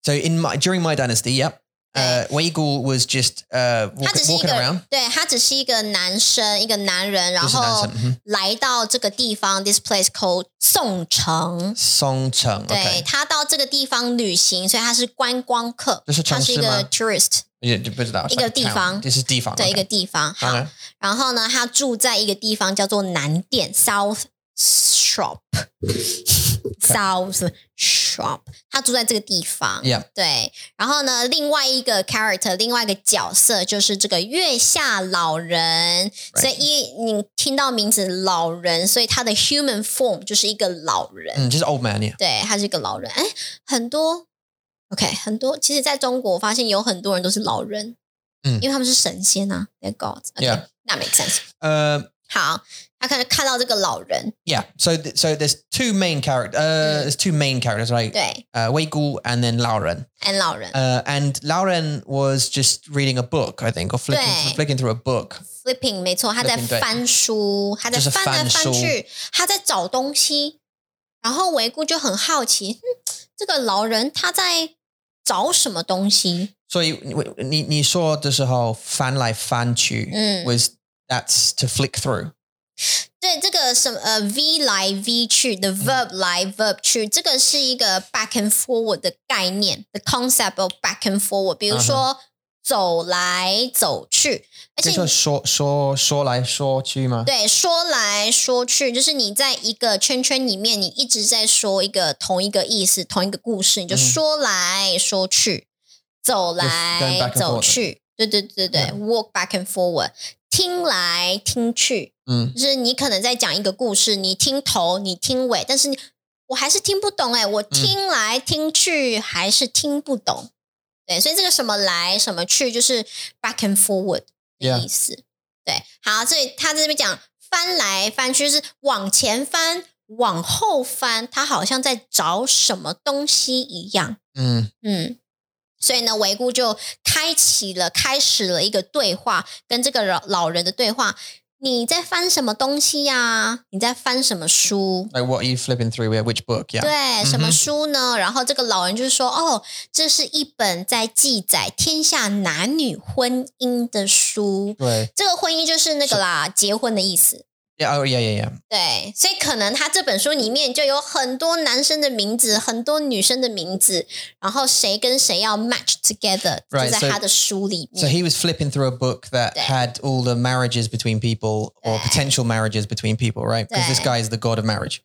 so in my during my dynasty, yep, uh, Weigul was just uh, walk,
他只是一
walking
个
around.
对他只是一个男生，一个男人，然
就是
后
男生嗯
来到这个地方，this place called 宋城。
Song Cheng.
对
Okay.
他到这个地方旅行，所以他是观光客
这是，
他
城
是
市
一个
吗
tourist，
Yeah, but that was
一个
like a town.
地方。
This is 地方.
对
okay.
一个地方。好，
Okay.
然后呢，他住在一个地方叫做南店 （South Shop）。South Shop，他住在这个地方。
Yeah.
对，然后呢，另外一个 character，另外一个角色就是这个月下老人。
Right.
所以一你听到名字老人，所以他的 human form 就是一个老人。
Mm, just old man. Yeah.
对，他是一个老人。哎，很多 OK，很多其实在中国，我发现有很多人都是老人，
嗯
因为他们是神仙啊，they're gods。
Yeah.
that makes sense。
Um,
好，他可能看到这个老人，
yeah. So th- so there's two main characters. Uh, there's two main characters, right?
对
Uh, Weigul and then Lauren.
，and 老人、
Uh, and Lauren was just reading a book, I think, or flicking,
对。
flicking through a book.
flipping，没错，他在
flipping，对
翻书，他在
就是
翻来
翻
翻
书
去，他在找东西。然后维固就很好奇，嗯，这个老人他在找什么东西？
所以你你你说的时候翻来翻去
嗯。
was that's to flick through.
对，这个什么呃 v 来 v 去的 verb 来 verb 去，这个是一个 back and forward 的概念，the concept of back and forward。比如说、走来走去，而且你
这就说说说说来说去吗？
对说来说去，就是你在一个圈圈里面，你一直在说一个同一个意思、同一个故事，你就
嗯
说来说去，走
going
来
back and
走
forward
去，对对对对
Yeah.
，walk back and forward，听来听去。
嗯，
就是你可能在讲一个故事，你听头，你听尾，但是你我还是听不懂哎、
嗯
我听来听去还是听不懂。对，所以这个什么来什么去，就是 back and forward 的
Yeah
意思。对，好，所以他在这边讲翻来翻去是往前翻，往后翻，他好像在找什么东西一样。
嗯，
嗯，所以呢，维姑就开启了，开始了一个对话，跟这个老老人的对话。你在翻什么东西呀、你在翻什么书？
Like what are you flipping through? Yeah, which book? Yeah.
对，什
嗯
么
哼
书呢？然后这个老人就是说：“哦，这是一本在记载天下男女婚姻的书。
对。
这个婚姻就是那个啦，结婚的意思。
Yeah, oh yeah, yeah, yeah.
对，所以可能他这本书里面就有很多男生的名字，很多女生的名字，然后谁跟谁要 match together，就
Right,
在
so-
他的书里
So
面。
he was flipping through a book that
Yeah.
had all the marriages between people or
Yeah.
potential marriages between people, right? Because this
Yeah.
guy is the god of marriage.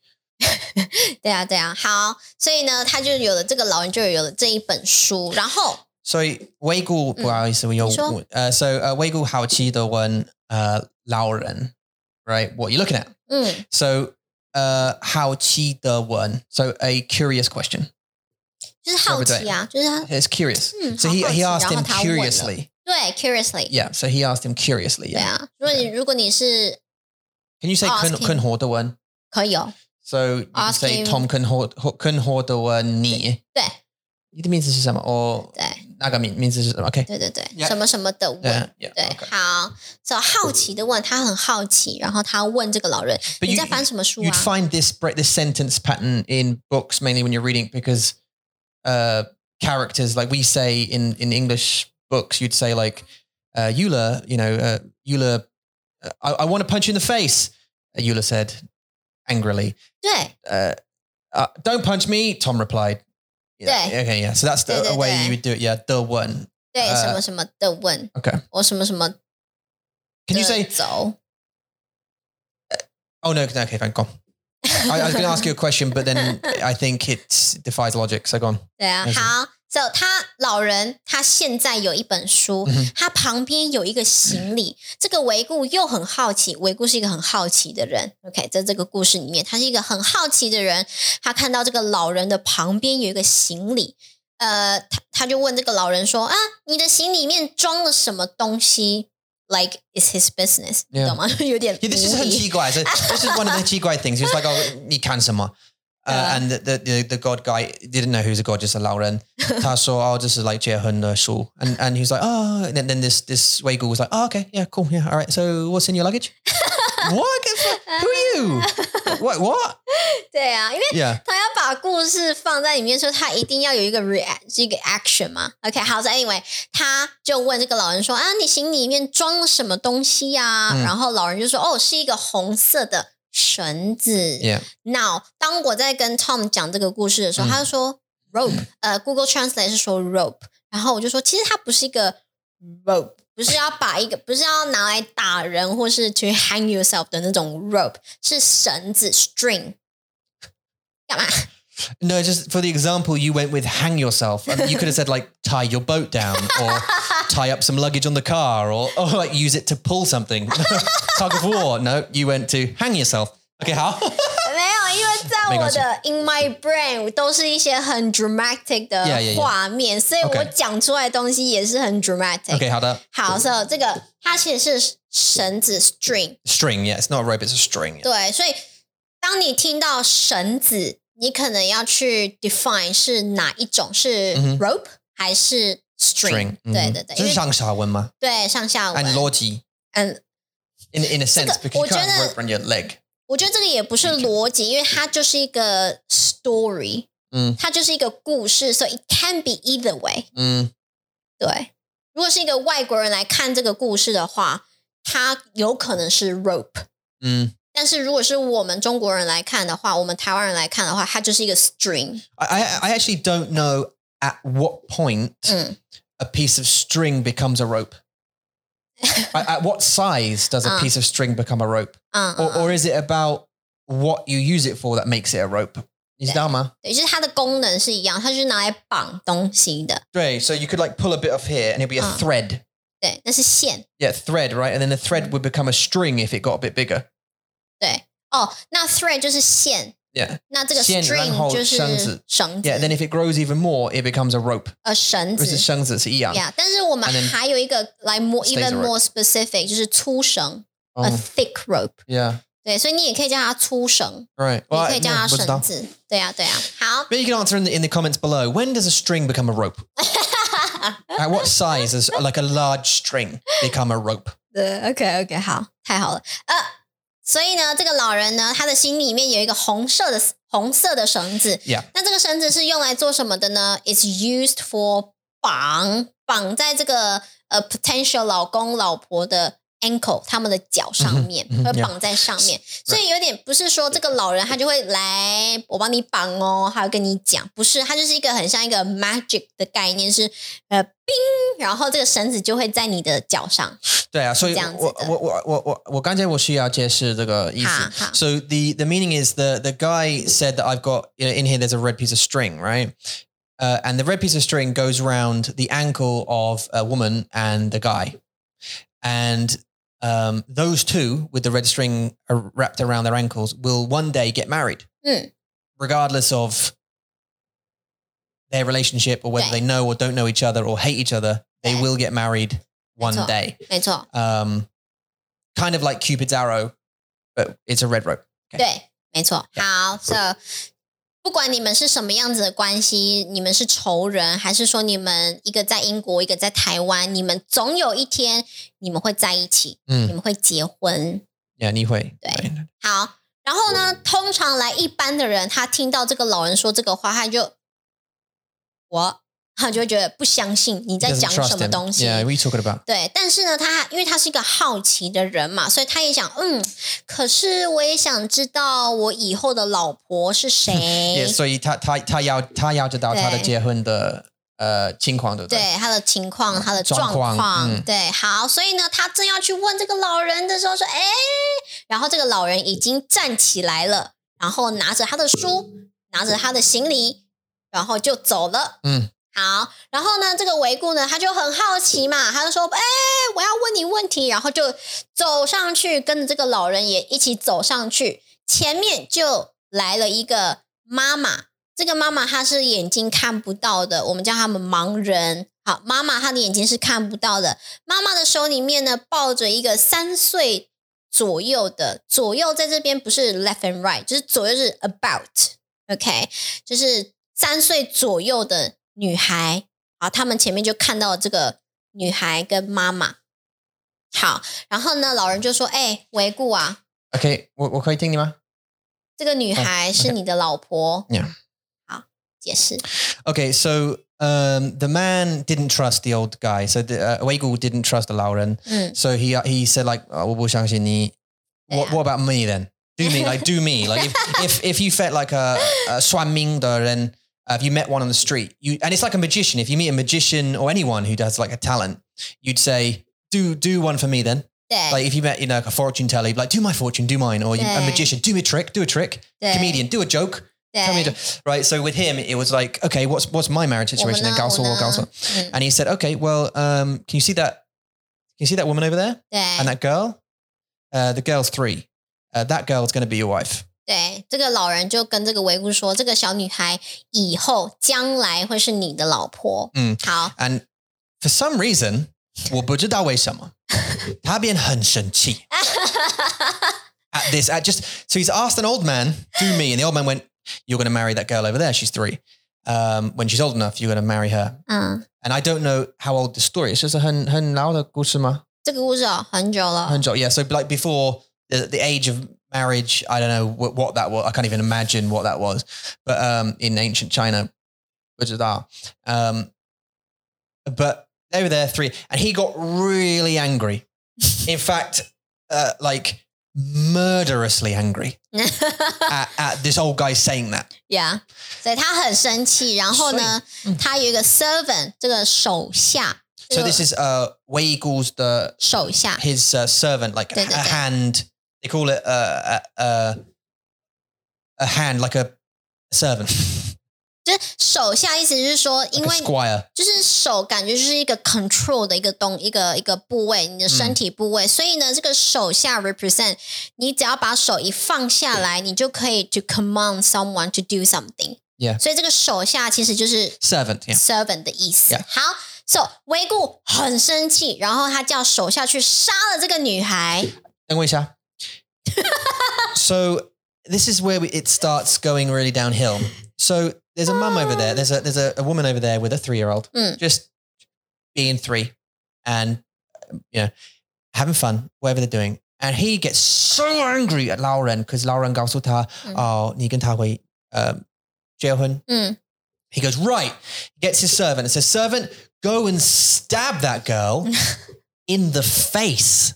对啊，对啊，好，所以呢，他就有了这个老人，就有了这一本书，然后
So Weigul,
Mm. 你说。
uh, so uh, Weigul Haoqi, the one, uh, Lauren, right? What are you looking at?
嗯，
So, uh, how chi the one? So, a curious question.
就是好奇啊，就是他
It's curious.
Hmm,
so he
how
he
how chi,
asked him
然后他问了。
curiously.
对 curiously，
Yeah. So he asked him curiously.
对
Yeah.
啊，如果你如果你是
Can you say
Ask
kun
him.
kun the one?
可以哦，
So you can
Ask
say
him.
Tom kun kun the one ni.
对
It means this is some or
对
naga means this is okay.
对对对，
Yeah.
什么什么的问。
Yeah. Yeah.
对
okay.
好，所以好奇的问，他很好奇，然后他问这个老人：“
But
你
you
在翻什么书
you'd
啊？”
find this bre- this sentence pattern in books mainly when you're reading because uh characters like we say in in English books you'd say like uh Eula you know uh Eula uh, I, I want to punch you in the face uh, Eula said angrily.
对
Uh, uh, don't punch me, Tom replied. Yeah,
Yeah.
Okay, yeah. So that's the
Yeah,
a way
yeah, yeah.
you would do it. Yeah, the one.
对，
呃
什么什么的问
Okay.
我什么什么
Can you
的
say,
走
oh, no, okay, fine, go on. I, I was going to ask you a question, but then I think it defies logic. So go on.
对啊，
没事
好。So 他老人他现在有一本书，
嗯哼
他旁边有一个行李。这个维固又很好奇，维固是一个很好奇的人。OK，在这个故事里面，他是一个很好奇的人。他看到这个老人的旁边有一个行李，呃，他他就问这个老人说：“啊，你的行李里面装了什么东西？”Like it's his business，你
Yeah.
懂吗？ 有点
Yeah, this is
无
很
理
奇怪. So this is one of the 奇怪 things. It's like, oh, 你看什么? Uh,
Yeah.
and the, the, the, the god guy didn't know who's a god, just a Lauren. Ta saw, oh, this is like Jehun Shul. And, and he was like, oh, and then, then this, this Weigel was like, oh, okay, yeah, cool, yeah, all right. So what's in your luggage? what? Who are you? What? What?
对啊，因为
Yeah.
他要把故事放在里面，说他一定要有一个 react 一个 action 嘛。OK，好，所以 anyway，他就问这个老人说：“啊，你行李里面装了什么东西呀、
嗯
然后老人就说：“哦，是一个红色的绳子。
Yeah.
Now，当我在跟 Tom 讲这个故事的时候，
嗯
他就说 rope，呃，Google Translate 是说 rope，然后我就说，其实它不是一个 rope，不是要把一个，不是要拿来打人或是 to hang yourself 的那种 rope，是绳子 string。干嘛？
No, just for the example, you went with hang yourself. And you could have said like tie your boat down or tie up some luggage on the car or, or like use it to pull something. Tug of war. No, you went to hang yourself. Okay, how?
没有，因为在
没
我
关系
的 in my brain 都是一些很 dramatic 的
Yeah, yeah, yeah.
画面所以我
OK
讲出来的东西也是很 dramatic。
okay, how that?
好，所以这个它其实是绳子 string。
String, yeah. It's not a rope, it's a string. yeah.
对，所以当你听到绳子，你可能要去 define 是哪一种，是
嗯哼
rope、还是 string？
String. mm. 嗯
对对对，因为
就是上下文嘛。
对上下
And
文。
logi,
嗯，
in, in a sense, because you
我觉得-
can't have rope around your leg.
我觉得这个也不是逻辑，因为它就是一个 story，
嗯
它就是一个故事，所以 it can be either way。
Mm,
对，如果是一个外国人来看这个故事的话，它有可能是 rope。
mm.
但是如果是我们中国人来看的话，我们台湾人来看的话，它就是一个 string。
I, I, I actually don't know at what point
嗯，
a piece of string becomes a rope. at, at what size does a
Uh.
piece of string become a rope?
嗯，嗯
Or, or is it about what you use it for that makes it a rope? Is Dharma?
对，就是它的功能是一样，它就是拿来绑东西的。
Right. So you could like pull a bit off here and it'd be a
Uh.
thread.
对，那是线。
Yeah, thread, right? And then the thread would become a string if it got a bit bigger.
对，哦，那 thread 就是线，
Yeah.
那这个
线然
string
后
就是
绳子
绳
Yeah.
子
Then if it grows even more, it becomes a rope.
呃，绳
This is
子。
shengzi, E it's yeah.
呀，但是我们
And then
还有一个来 more
stays
even
a rope.
more specific，就是粗绳，a
Oh,
thick rope。
yeah.
对，所以你也可以叫它粗绳，
Right.
你
Well,
可
I-
以
no,
叫它
what's
绳
that?
子。对呀，对呀。啊好，
But you can answer in the, in the comments below. When does a string become a rope? At what size does like a large string become a rope?
对，OK OK，好，太好了。呃，所以呢，这个老人呢，他的心里面有一个红色的红色的绳子。
Yeah.
那这个绳子是用来做什么的呢？It's used for 绑绑在这个呃 potential 老公老婆的 ankle 他们的脚上面，
嗯哼嗯
会
哼
绑在上面。所以有点不是说这个老人他就会来我帮你绑哦，还要跟你讲，不是，他就是一个很像一个 magic 的概念，是呃冰，然后这个绳子就会在你的脚上。
对啊，所以
这样子的。好，好。
我我我我我我刚才我需要解释这个意思。So the the meaning is the the guy said that I've got you know, in here there's a red piece of string, right? Uh, and the red piece of string goes round the ankle of a woman and a guy, and um, those two with the red string uh, wrapped around their ankles will one day get married,
Hmm.
regardless of their relationship or whether
Right.
they know or don't know each other or hate each other. They
Right.
will get married one
That's all.
day
没错，
um, kind of like Cupid's arrow, but it's a red rope.
对，没错。好，so 不管你们是什么样子的关系，你们是仇人，还是说你们一个在英国，一个在台湾，你们总有一天你们会在一起，你
嗯，
们会结婚。
yeah, 你会
对。好，然后呢，通常来一般的人，他听到这个老人说这个话，他就我他就会觉得不相信你在
doesn't
讲
trust
什么
him.
东西。
Yeah, what are you talking about?
对，但是呢，他因为他是一个好奇的人嘛，所以他也想，嗯，可是我也想知道我以后的老婆是谁。
Yeah, 所以他他他要他要知道他的
对
结婚的呃情况，对不对？
对他的情况，他的
状
状
况嗯
对，好，所以呢，他正要去问这个老人的时候，说：“哎，然后这个老人已经站起来了，然后拿着他的书，拿着他的行李，然后就走了。”
嗯，
好，然后呢，这个维固呢，他就很好奇嘛，他就说：“哎，我要问你问题。”然后就走上去，跟着这个老人也一起走上去。前面就来了一个妈妈，这个妈妈她是眼睛看不到的，我们叫他们盲人。好，妈妈她的眼睛是看不到的，妈妈的手里面呢抱着一个三岁左右的，左右在这边不是 left and right，就是左右是 about，OK，、就是三岁左右的女孩。好，他们前面就看到这个女孩跟妈妈。好，然后呢，老人就说：“哎、维固啊，
OK，我我可以听你吗
这个女孩是你的老婆。
？Yeah.
解释。
Okay, so um, the man didn't trust the old guy. So the uh, Uegu didn't trust the Lauren.
嗯
So he he said like, oh, 我不相信你. What
Yeah.
what about me then? Do me like do me like if if, if you felt like a, a Swan Mingda and uh, if you met one on the street, you and it's like a magician. If you meet a magician or anyone who does like a talent, you'd say. Do do one for me then.
对
Like if you met you know like a fortune teller, you'd be like do my fortune, do mine, or you, a
Yeah.
magician, do me a trick, do a trick.
对
Comedian, do a joke.
对
Tell me to- right. So with him, it was like, okay, what's what's my marriage situation? Then
我们呢，
Gausel or
我呢？
Gausel.
嗯
And he said, okay, well, um, can you see that? Can you see that woman over there
对
and that girl? Uh, the girl's three. Uh, that girl's going to be your wife.
对，这个老人就跟这个维固说，这个小女孩以后将来会是你的老婆。
嗯，
好，
And for some reason, 我不知道为什么，他变很生气 at this. At just so he's asked an old man, do me, and the old man went, "You're going to marry that girl over there. She's three. Um, when she's old enough, you're going to marry her."
嗯，
And I don't know how old the story is. 就是很很老的故事吗？
这个故事哦，很久了，
Hanjok, yeah. So like before the, the age of marriage, I don't know what, what that was. I can't even imagine what that was. But um, in ancient China, which is that. Um, but they were there three, and he got really angry. in fact, uh, like murderously angry at, at this old guy saying that.
yeah，所以他很生气。然后呢，他有一个 servant，这个手下，嗯这
So
个
this is uh, Wei Gu's the
手下，
his uh, servant, like
Da,
a,
da, da.
a hand. They call it uh, a, a a hand, like a servant.
就是手下意思就是说，因
like a
为
squire.
就是手感觉就是一个 control 的一个东一个一个部位，你的
嗯
身体部位。所以呢，这个手下 represent 你，只要把手一放下来，你就可以 to command someone to do something。
Yeah.
所以这个手下其实就是
Servant, yeah.
servant 的意思。
Yeah.
好，so 维固很生气，然后他叫手下去杀了这个女孩。
等我一下。so this is where we, it starts going really downhill. So there's a mum over there. There's a there's a, a woman over there with a three year old,
Mm.
just being three, and you know having fun, whatever they're doing. And he gets so angry at Lauren because Lauren 告诉他，
Mm.
"Oh, 哦，你跟他会，呃，结婚。
嗯
um, He goes, right, gets his servant and says, servant, go and stab that girl in the face.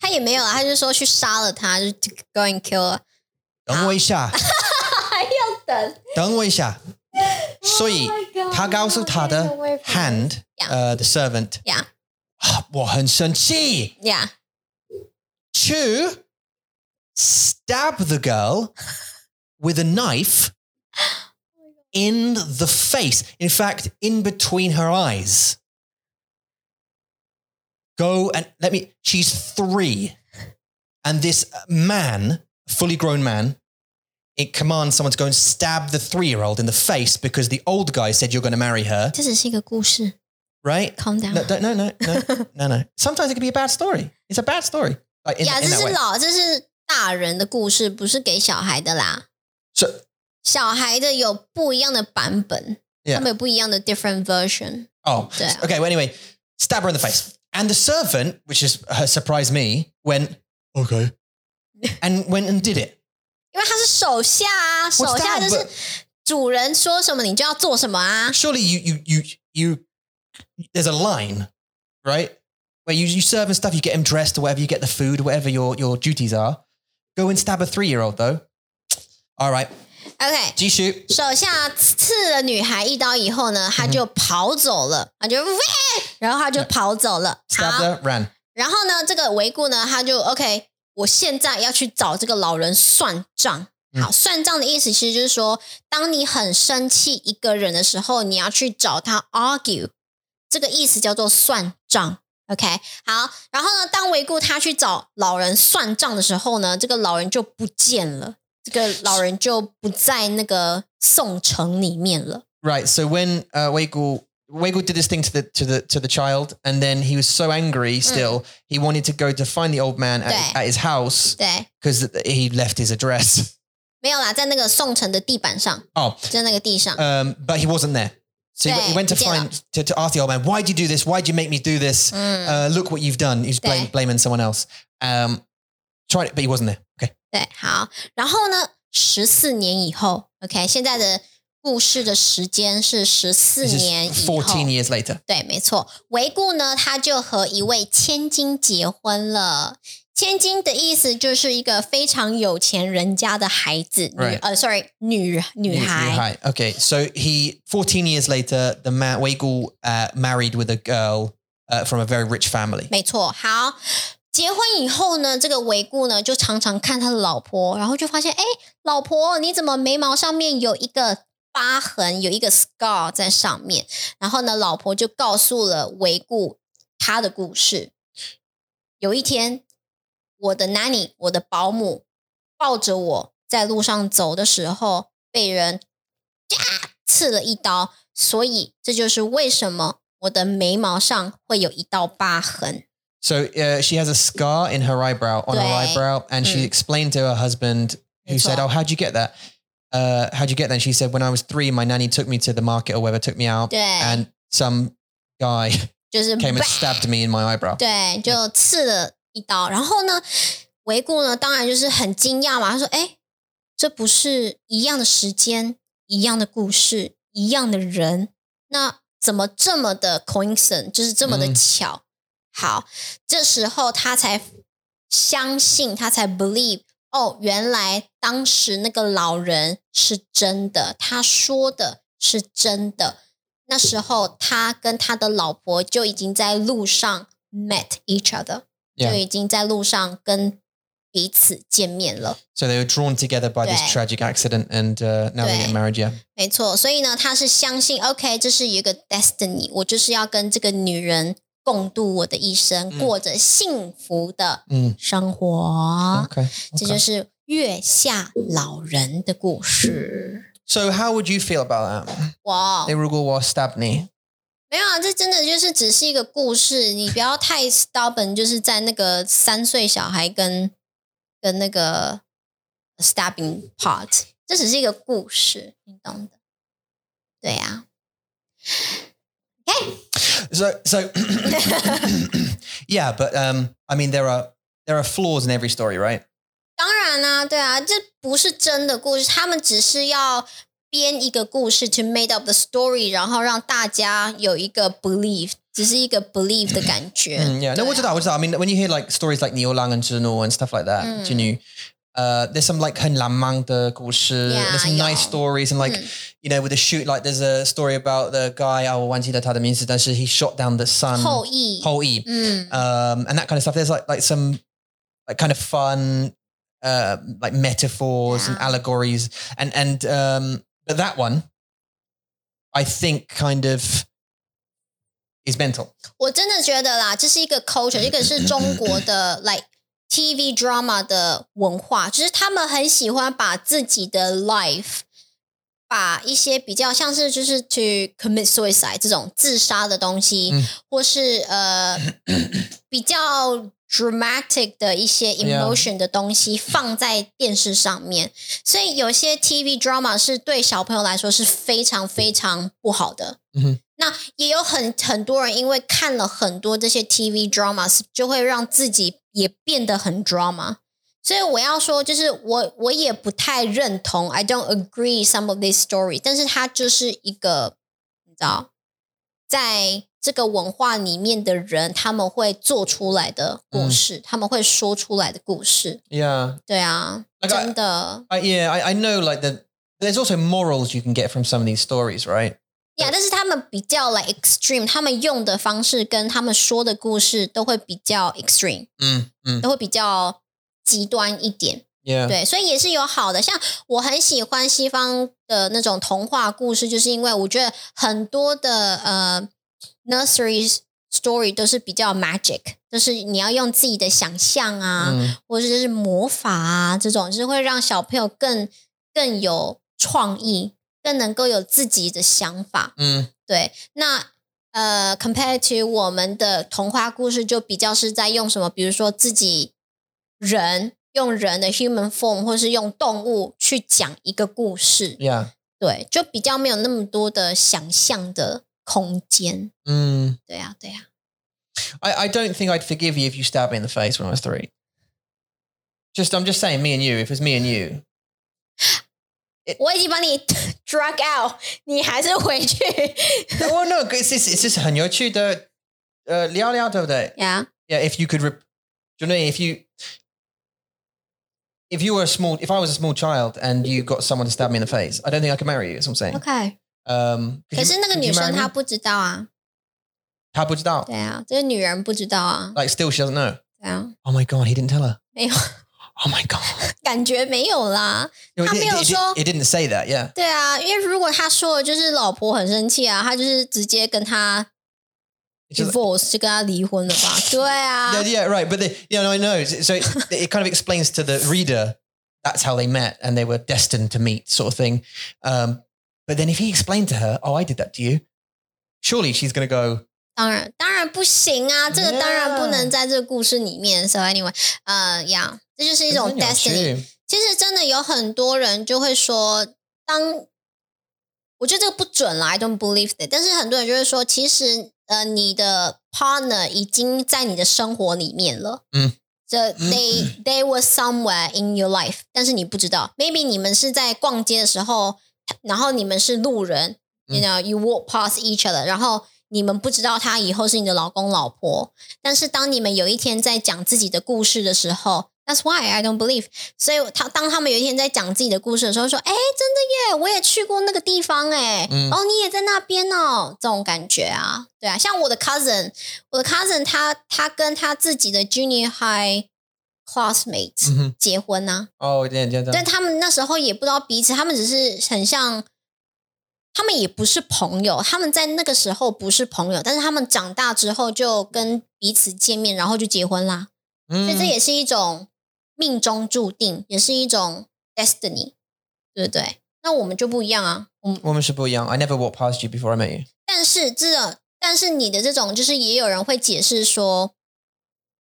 他也没有啊，他就说去杀了她，就 to go and kill her。
等我一下，
还要等 Oh
等我一下。所以他告诉他的 hand,
Yeah.
uh, the servant,
Yeah.
我很生气
Yeah.
to stab the girl with a knife in the face. In fact, in between her eyes. Go and let me, she's three. And this man, fully grown man, it commands someone to go and stab the three year old in the face because the old guy said you're going to marry her,
这只是一个故事。
right?
Calm down.
No, don't- no, no, no, no, no. Sometimes it can be a bad story. It's a bad story. Like in,
呀，
in
这
that
是
way.
老，这是大人的故事，不是给小孩的啦。
So
小孩的有不一样的版本
Yeah.
他们有不一样的 different version。啊
Oh,
Yeah.
okay. Well, anyway, stab her in the face. And the servant, which is uh, surprised me, went okay, and went and did it.
因为他是手下啊，
What's
手下
that?
就是
But-
主人说什么你就要做什么啊。
surely you you you you there's a line, right? Where you, you serve and stuff, you get him dressed or whatever, you get the food, whatever your, your duties are. Go and stab a three year old though. All right.
OK，
G shoot.
手下刺了女孩一刀以后呢，他就跑走了，他就喂，然后他就跑走了。好，
Stabbed her, ran.
然后呢，这个维固呢，他就 OK，我现在要去找这个老人算账。
嗯
好，算账的意思其实就是说，当你很生气一个人的时候，你要去找他 argue，这个意思叫做算账。OK，好，然后呢，当维固他去找老人算账的时候呢，这个老人就不见了，这个老人就不在那个宋城里面了。
Right. So when uh, Wagle Wagle did this thing to the to the to the child, and then he was so angry still, he wanted to go to find the old man
Yeah.
at, at his house
对，
because he left his address.
没有啦，在那个宋城的地板上，
Oh,
在那个地上。
um, but he wasn't there. So he, went- he went to
Yeah.
find to, to ask the old man, "Why'd you do this? Why'd you make me do this?
嗯，
Uh, look what you've done." He's blame,
Yeah.
blaming someone else. Um, tried it, but he wasn't there. Okay.
对，好。然后呢，十四年以后，OK，现在的故事的时间是十四
This
年以
is
后。
14 years later.
对，没错。维固呢，他就和一位千金结婚了。千金的意思就是一个非常有钱人家的孩子，女
Right.
呃，sorry，女女
New- new
孩。
height. Okay. So he 14 years later, the man Wagle uh, married with a girl uh, from a very rich family.
没错，好。结婚以后呢，这个维固呢就常常看他的老婆，然后就发现，哎，老婆，你怎么眉毛上面有一个疤痕，有一个 scar 在上面？然后呢，老婆就告诉了维固他的故事。有一天，我的 nanny，我的保姆，抱着我在路上走的时候，被人啪刺了一刀，所以这就是为什么我的眉毛上会有一道疤痕。
So uh, she has a scar in her eyebrow, on her
Right.
eyebrow, and she
Mm.
explained to her husband, who
It's
said,
all-
"Oh, how'd you get that? Uh, how'd you get that?" And she said, "When I was three, my nanny took me to the market or wherever, took me out,
对，
and some guy
就是
came and
啪
stabbed me in my eyebrow."
对，就刺了一刀。然后呢，维固呢，当然就是很惊讶嘛。他说：“哎，这不是一样的时间、一样的故事、一样的人，那怎么这么的 coincidence，就是这么的
嗯
巧？”好，这时候他才相信，他才 believe。哦，原来当时那个老人是真的，他说的是真的。那时候他跟他的老婆就已经在路上 met each other，、
Yeah.
就已经在路上跟彼此见面了。
So they were drawn together by
Yeah.
this tragic accident, and uh, now they
Yeah.
get married. Yeah.
没错，所以呢，他是相信 OK，这是一个 destiny，我就是要跟这个女人共度我的一生，
嗯
过着幸福的
Mm.
生活。
Okay.
这
okay.
就是月下老人的故事。
So how would you feel about that?
哇、哦
They were all stabbed me.
没有啊，这真的就是只是一个故事，你不要太 stubborn，就是在那个三岁小孩跟跟那个 stabbing part，这只是一个故事，你懂的。对啊哎呀、
So so yeah, but um, I mean there are there are flaws in every story, right?
当然啦、对啊，这不是真的故事，他们只是要编一个故事去 made up the story，然后让大家有一个 believe，只是一个 believe 的感觉。啊
Mm, yeah, no, what's that? What's that? I mean, when you hear like stories like Neil Lang and Zhenor and stuff like that,
Mm.
do you know, uh, there's some like 很浪漫的故事,
Yeah,
there's some nice
yeah. Mm.
stories, and like you know, with the shoot, like there's a story about the guy. I will he shot down the son
后羿，
Hou-i,
嗯，
um, and that kind of stuff. There's like like some like kind of fun, uh, like metaphors and
Yeah.
allegories, and and um, but that one, I think, kind of is mental.
我真的觉得啦，这是一个 culture，一个是中国的 like TV drama 的文化，就是他们很喜欢把自己的 life，把一些比较像是就是 to commit suicide 这种自杀的东西，
嗯
或是呃比较 dramatic 的一些
Yeah
emotion 的东西放在电视上面，所以有些 TV drama 是对小朋友来说是非常非常不好的。那也有很很多人因为看了很多这些 TV dramas，就会让自己也变得很 drama，所以我要说，就是我我也不太认同，I don't agree some of this story，但是它就是一个，你知道，在这个文化里面的人，他们会做出来的故事，他们会说出来的故事，
Yeah.
对啊，
那个
真的，
I, yeah, I, I know like the, there's also morals you can get from some of these stories, right?
呀但是他们比较 like extreme，他们用的方式跟他们说的故事都会比较 extreme，
Mm, mm.
都会比较极端一点。
Yeah.
对，所以也是有好的。像我很喜欢西方的那种童话故事，就是因为我觉得很多的呃 nursery story 都是比较 magic，就是你要用自己的想象啊，
Mm,
或者就是魔法啊这种，就是会让小朋友更更有创意，更能够有自己的想法。
mm,
对，那呃，compared to 我们的童话故事，就比较是在用什么，比如说自己人用人的 human form，或是用动物去讲一个故事，
yeah.
对，就比较没有那么多的想象的空间。
Mm.
对啊，对啊，
I, I don't think I'd forgive you if you stabbed me in the face when I was three. Just, I'm just saying, me and you, if it's me and you.
我已经把你 drag out，你还是回去
No, well, no, it's, it's, it's just Uh, 很有趣的，呃，聊聊，对不对？
呀
yeah, if you could, rep- do you know, what I mean? if you, if you were a small, if I was a small child and you got someone to stab me in the face, I don't think I could marry you. That's what I'm saying.
？OK，
Um,
可是那个女生她不知道啊，
她不知道，
对啊，这个女人不知道啊，
like still she doesn't know.
对啊，
Oh my god, he didn't tell her.
没有
Oh my god,
感觉没有啦。
No, it, didn't-
她
it,
没有说-
didn't- it didn't say that. Yeah,
对啊，因为如果他说的就是老婆很生气啊，他就是直接跟他
It's just-
divorce 就跟他离婚了吧？对啊
yeah, yeah, right. But the, yeah, no, I know. So it, it kind of explains to the reader that's how they met and they were destined to meet, sort of thing. Um, but then if he explained to her, "Oh, I did that to you," surely she's going to go,
当然当然不行啊，这个
Yeah
当然不能在这个故事里面。So anyway，呃，呀，这就是一种 destiny。
"真有趣。
其实真的有很多人就会说，当我觉得这个不准啦，I don't believe that。但是很多人就会说，其实呃，你的 partner 已经在你的生活里面了。
嗯。
这 they they were somewhere in your life，但是你不知道，maybe 你们是在逛街的时候，然后你们是路人、
嗯
y o u know you walk past each other，然后你们不知道他以后是你的老公老婆，但是当你们有一天在讲自己的故事的时候，That's why I don't believe。所以他当他们有一天在讲自己的故事的时候，说：“哎，真的耶，我也去过那个地方哎，
嗯
哦，你也在那边哦，这种感觉啊，对啊，像我的 cousin，我的 cousin 他他跟他自己的 junior high classmate
嗯哼
结婚呐、
哦，有点这样。
但他们那时候也不知道彼此，他们只是很像，他们也不是朋友，他们在那个时候不是朋友，但是他们长大之后就跟彼此见面，然后就结婚啦。所
Mm. 嗯
以这也是一种命中注定，也是一种 destiny，对不对？那我们就不一样啊，我们
我们是不一样。I never walked past you before I met you。
但是这种，但是你的这种，就是也有人会解释说，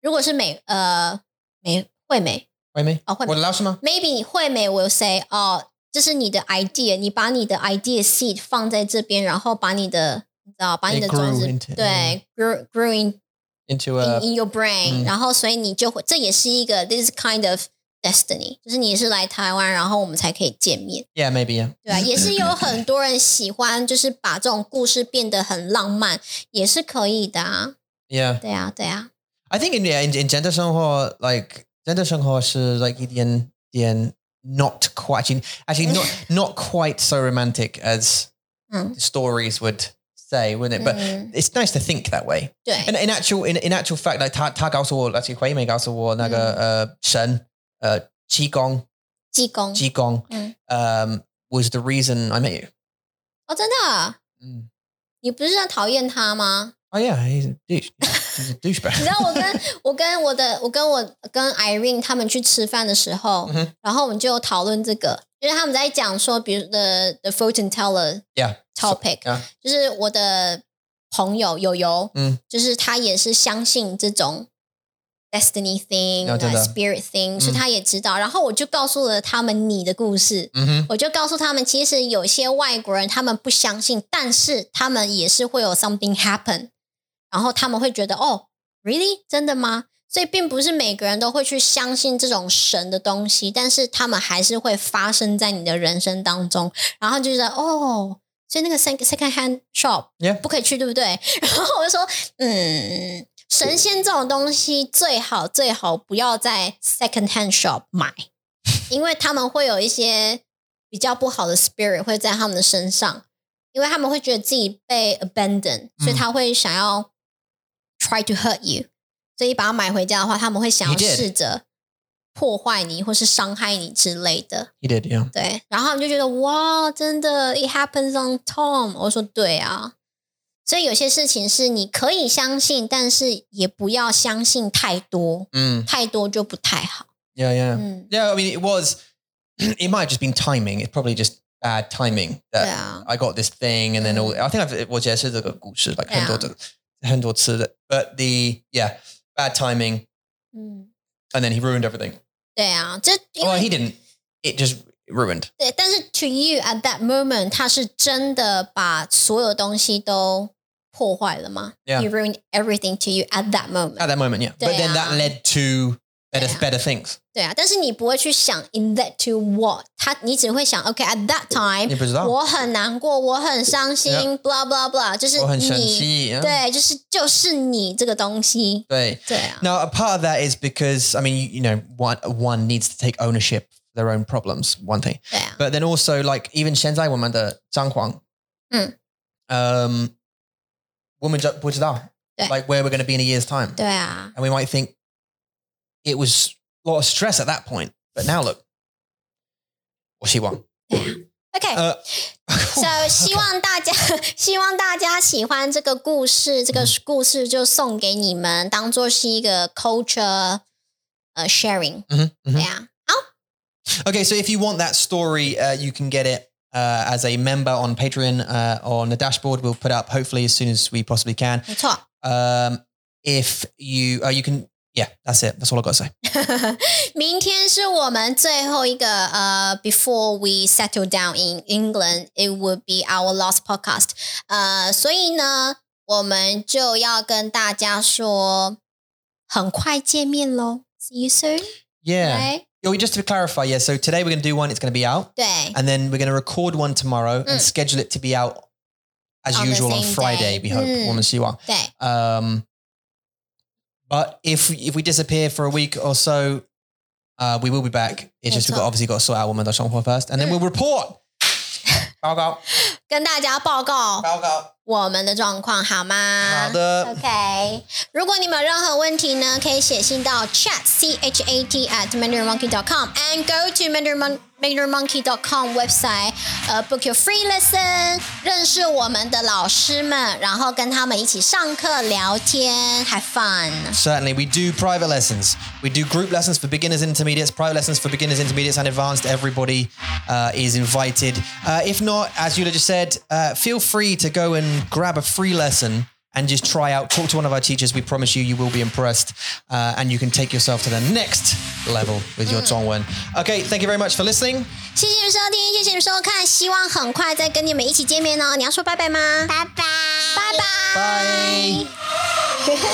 如果是美呃美惠美
惠妹，
哦惠妹
我的老师吗？
maybe 你惠美 will say 哦，这是你的 idea，你把你的 idea seed 放在这边，然后把你的你知道把你的
It
种
grew
子
into-
对 grew grew in
Into
in,
a
in your brain，、
嗯
然后所以你就会这也是一个 this is kind of destiny，就是你是来台湾，然后我们才可以见面，
yeah, maybe yeah.
对啊吧、也是 有很多人喜欢，就是把这种故事变得很浪漫，也是可以的啊，
Yeah,
对啊，对啊，
I think in yeah, in, in gender 生活，like gender 生活是 uh, like 一点点 not quite actually, actually not not quite so romantic as
嗯
stories would say, wouldn't it? But
嗯，
it's nice to think that way.
对
And in actual in, in actual fact, like 他他告诉我，而且惠妹告诉我那个、呃神呃气功
济公
气功，
嗯
嗯、um,，was um, the reason I met you.
哦，真的啊，
嗯。
你不是在讨厌他吗？
Oh yeah, he's a douche. He's a
你
douchebag.
知道我跟我跟我的我跟我跟 Irene 他们去吃饭的时候，
嗯哼
然后我们就有讨论这个，就是他们在讲说，比如 the the fortune teller
yeah.
topic，、
啊
就是我的朋友友友，
嗯，
就是他也是相信这种 destiny thing、啊
哦真的嗯
spirit thing，、所以他也知道。然后我就告诉了他们你的故事。
嗯哼，
我就告诉他们，其实有些外国人他们不相信，但是他们也是会有 something happen，然后他们会觉得哦，really 真的吗？所以并不是每个人都会去相信这种神的东西，但是他们还是会发生在你的人生当中。然后就觉得哦，所以那个 second second hand shop
Yeah
不可以去，对不对？ 然后我就说，嗯，神仙这种东西最好最好不要在 second hand shop 买，因为他们会有一些比较不好的 spirit 会在他们的身上，因为他们会觉得自己被 abandon，所以他会想要 try to hurt you。所以把它买回家的话，他们会想
He
要
did.
试着破坏你或是伤害你之类的。
He did, yeah.
对，然后他们就觉得哇，真的，it happens on Tom。我说对啊，所以有些事情是你可以相信，但是也不要相信太多，
Mm.
太多就不太好。
Yeah, yeah.
嗯，
Yeah, I mean, it was, it might have just been timing. It's probably just bad timing
对
that
啊，
I got this thing, and then all, I think I've, 我解释这个故事 like
Yeah.
很多的很多次的 but the yeah bad timing,
嗯，
and then he ruined everything.
对啊，这因
Well,
为
he didn't. It just ruined.
对，但是 to you at that moment，他是真的把所有东西都破坏了吗
Yeah.
You ruined everything to you at that moment。
At that moment, yeah. But then that
Yeah.
led to better
Yeah.
better things.
对啊，但是你不会去想 in that to what，他你只会想 OK at that time。
你不知道，
我很难过，我很伤心
Yeah
，blah blah blah，就是你，
哎我很生气，yeah. 啊
对，就是就是你这个东西，
对。
对啊，
Now, a part of that is because I mean, you, you know, one one needs to take ownership for their own problems. One thing,
对啊，
but then also like even 现在我们的状况，
Mm.
um, 我们就不知道
对。
like where we're going to be in a year's time,
对啊，
and we might think it was a lot of stress at that point, but now look, 我希望
OK，
呃 Uh,
so 希望大家 希望大家喜欢这个故事，这个故事就送给你们，当做是一个 culture 呃 sharing，
Mhm, mhm.
对啊，
Okay, so if you want that story, uh, you can get it uh, as a member on Patreon uh, on the dashboard. We'll put up hopefully as soon as we possibly can.
没错。
Um, if you, uh, you can, yeah, that's it. That's all I got to say.
明天是我们最后一个呃、b e f o r e we settle down in England, it would be our last podcast。呃，所以呢，我们就要跟大家说，很快见面喽，see you soon。
Yeah.
对
Yo, just to clarify, yeah. So today we're going to do one. It's going to be out,
对
and then we're going to record one tomorrow and
Mm.
schedule it to be out as
On the
usual on
same
Friday.
day.
We hope.
Mm.
Woman, see you.
对
Um, but if if we disappear for a week or so, uh, we will be back. It's just we've got,
That's all.
obviously got to sort out woman dot for first, and then
Mm.
we'll report. Bow out,
跟大家报告
bow out.
我们的状况好吗？
好的
OK，如果你们有任何问题呢，可以写信到 chat c h a t at mandarinmonkey dot com and go to mandarin mandarinmonkey dot com website，呃，book your free lesson，认识我们的老师们，然后跟他们一起上课聊天，have fun。
Certainly, we do private lessons. We do group lessons for beginners, intermediates, private lessons for beginners, intermediates, and advanced. Everybody uh, is invited. Uh, if not, as Yula just said, uh, feel free to go and grab a free lesson and just try out. Talk to one of our teachers. We promise you, you will be impressed, uh, and you can take yourself to the next level with your Zhongwen. Okay, thank you very much for listening.
谢谢你们收听，谢谢你们收看，希望很快再跟你们一起见面哦。你要说拜拜吗？拜拜，拜拜，
Bye.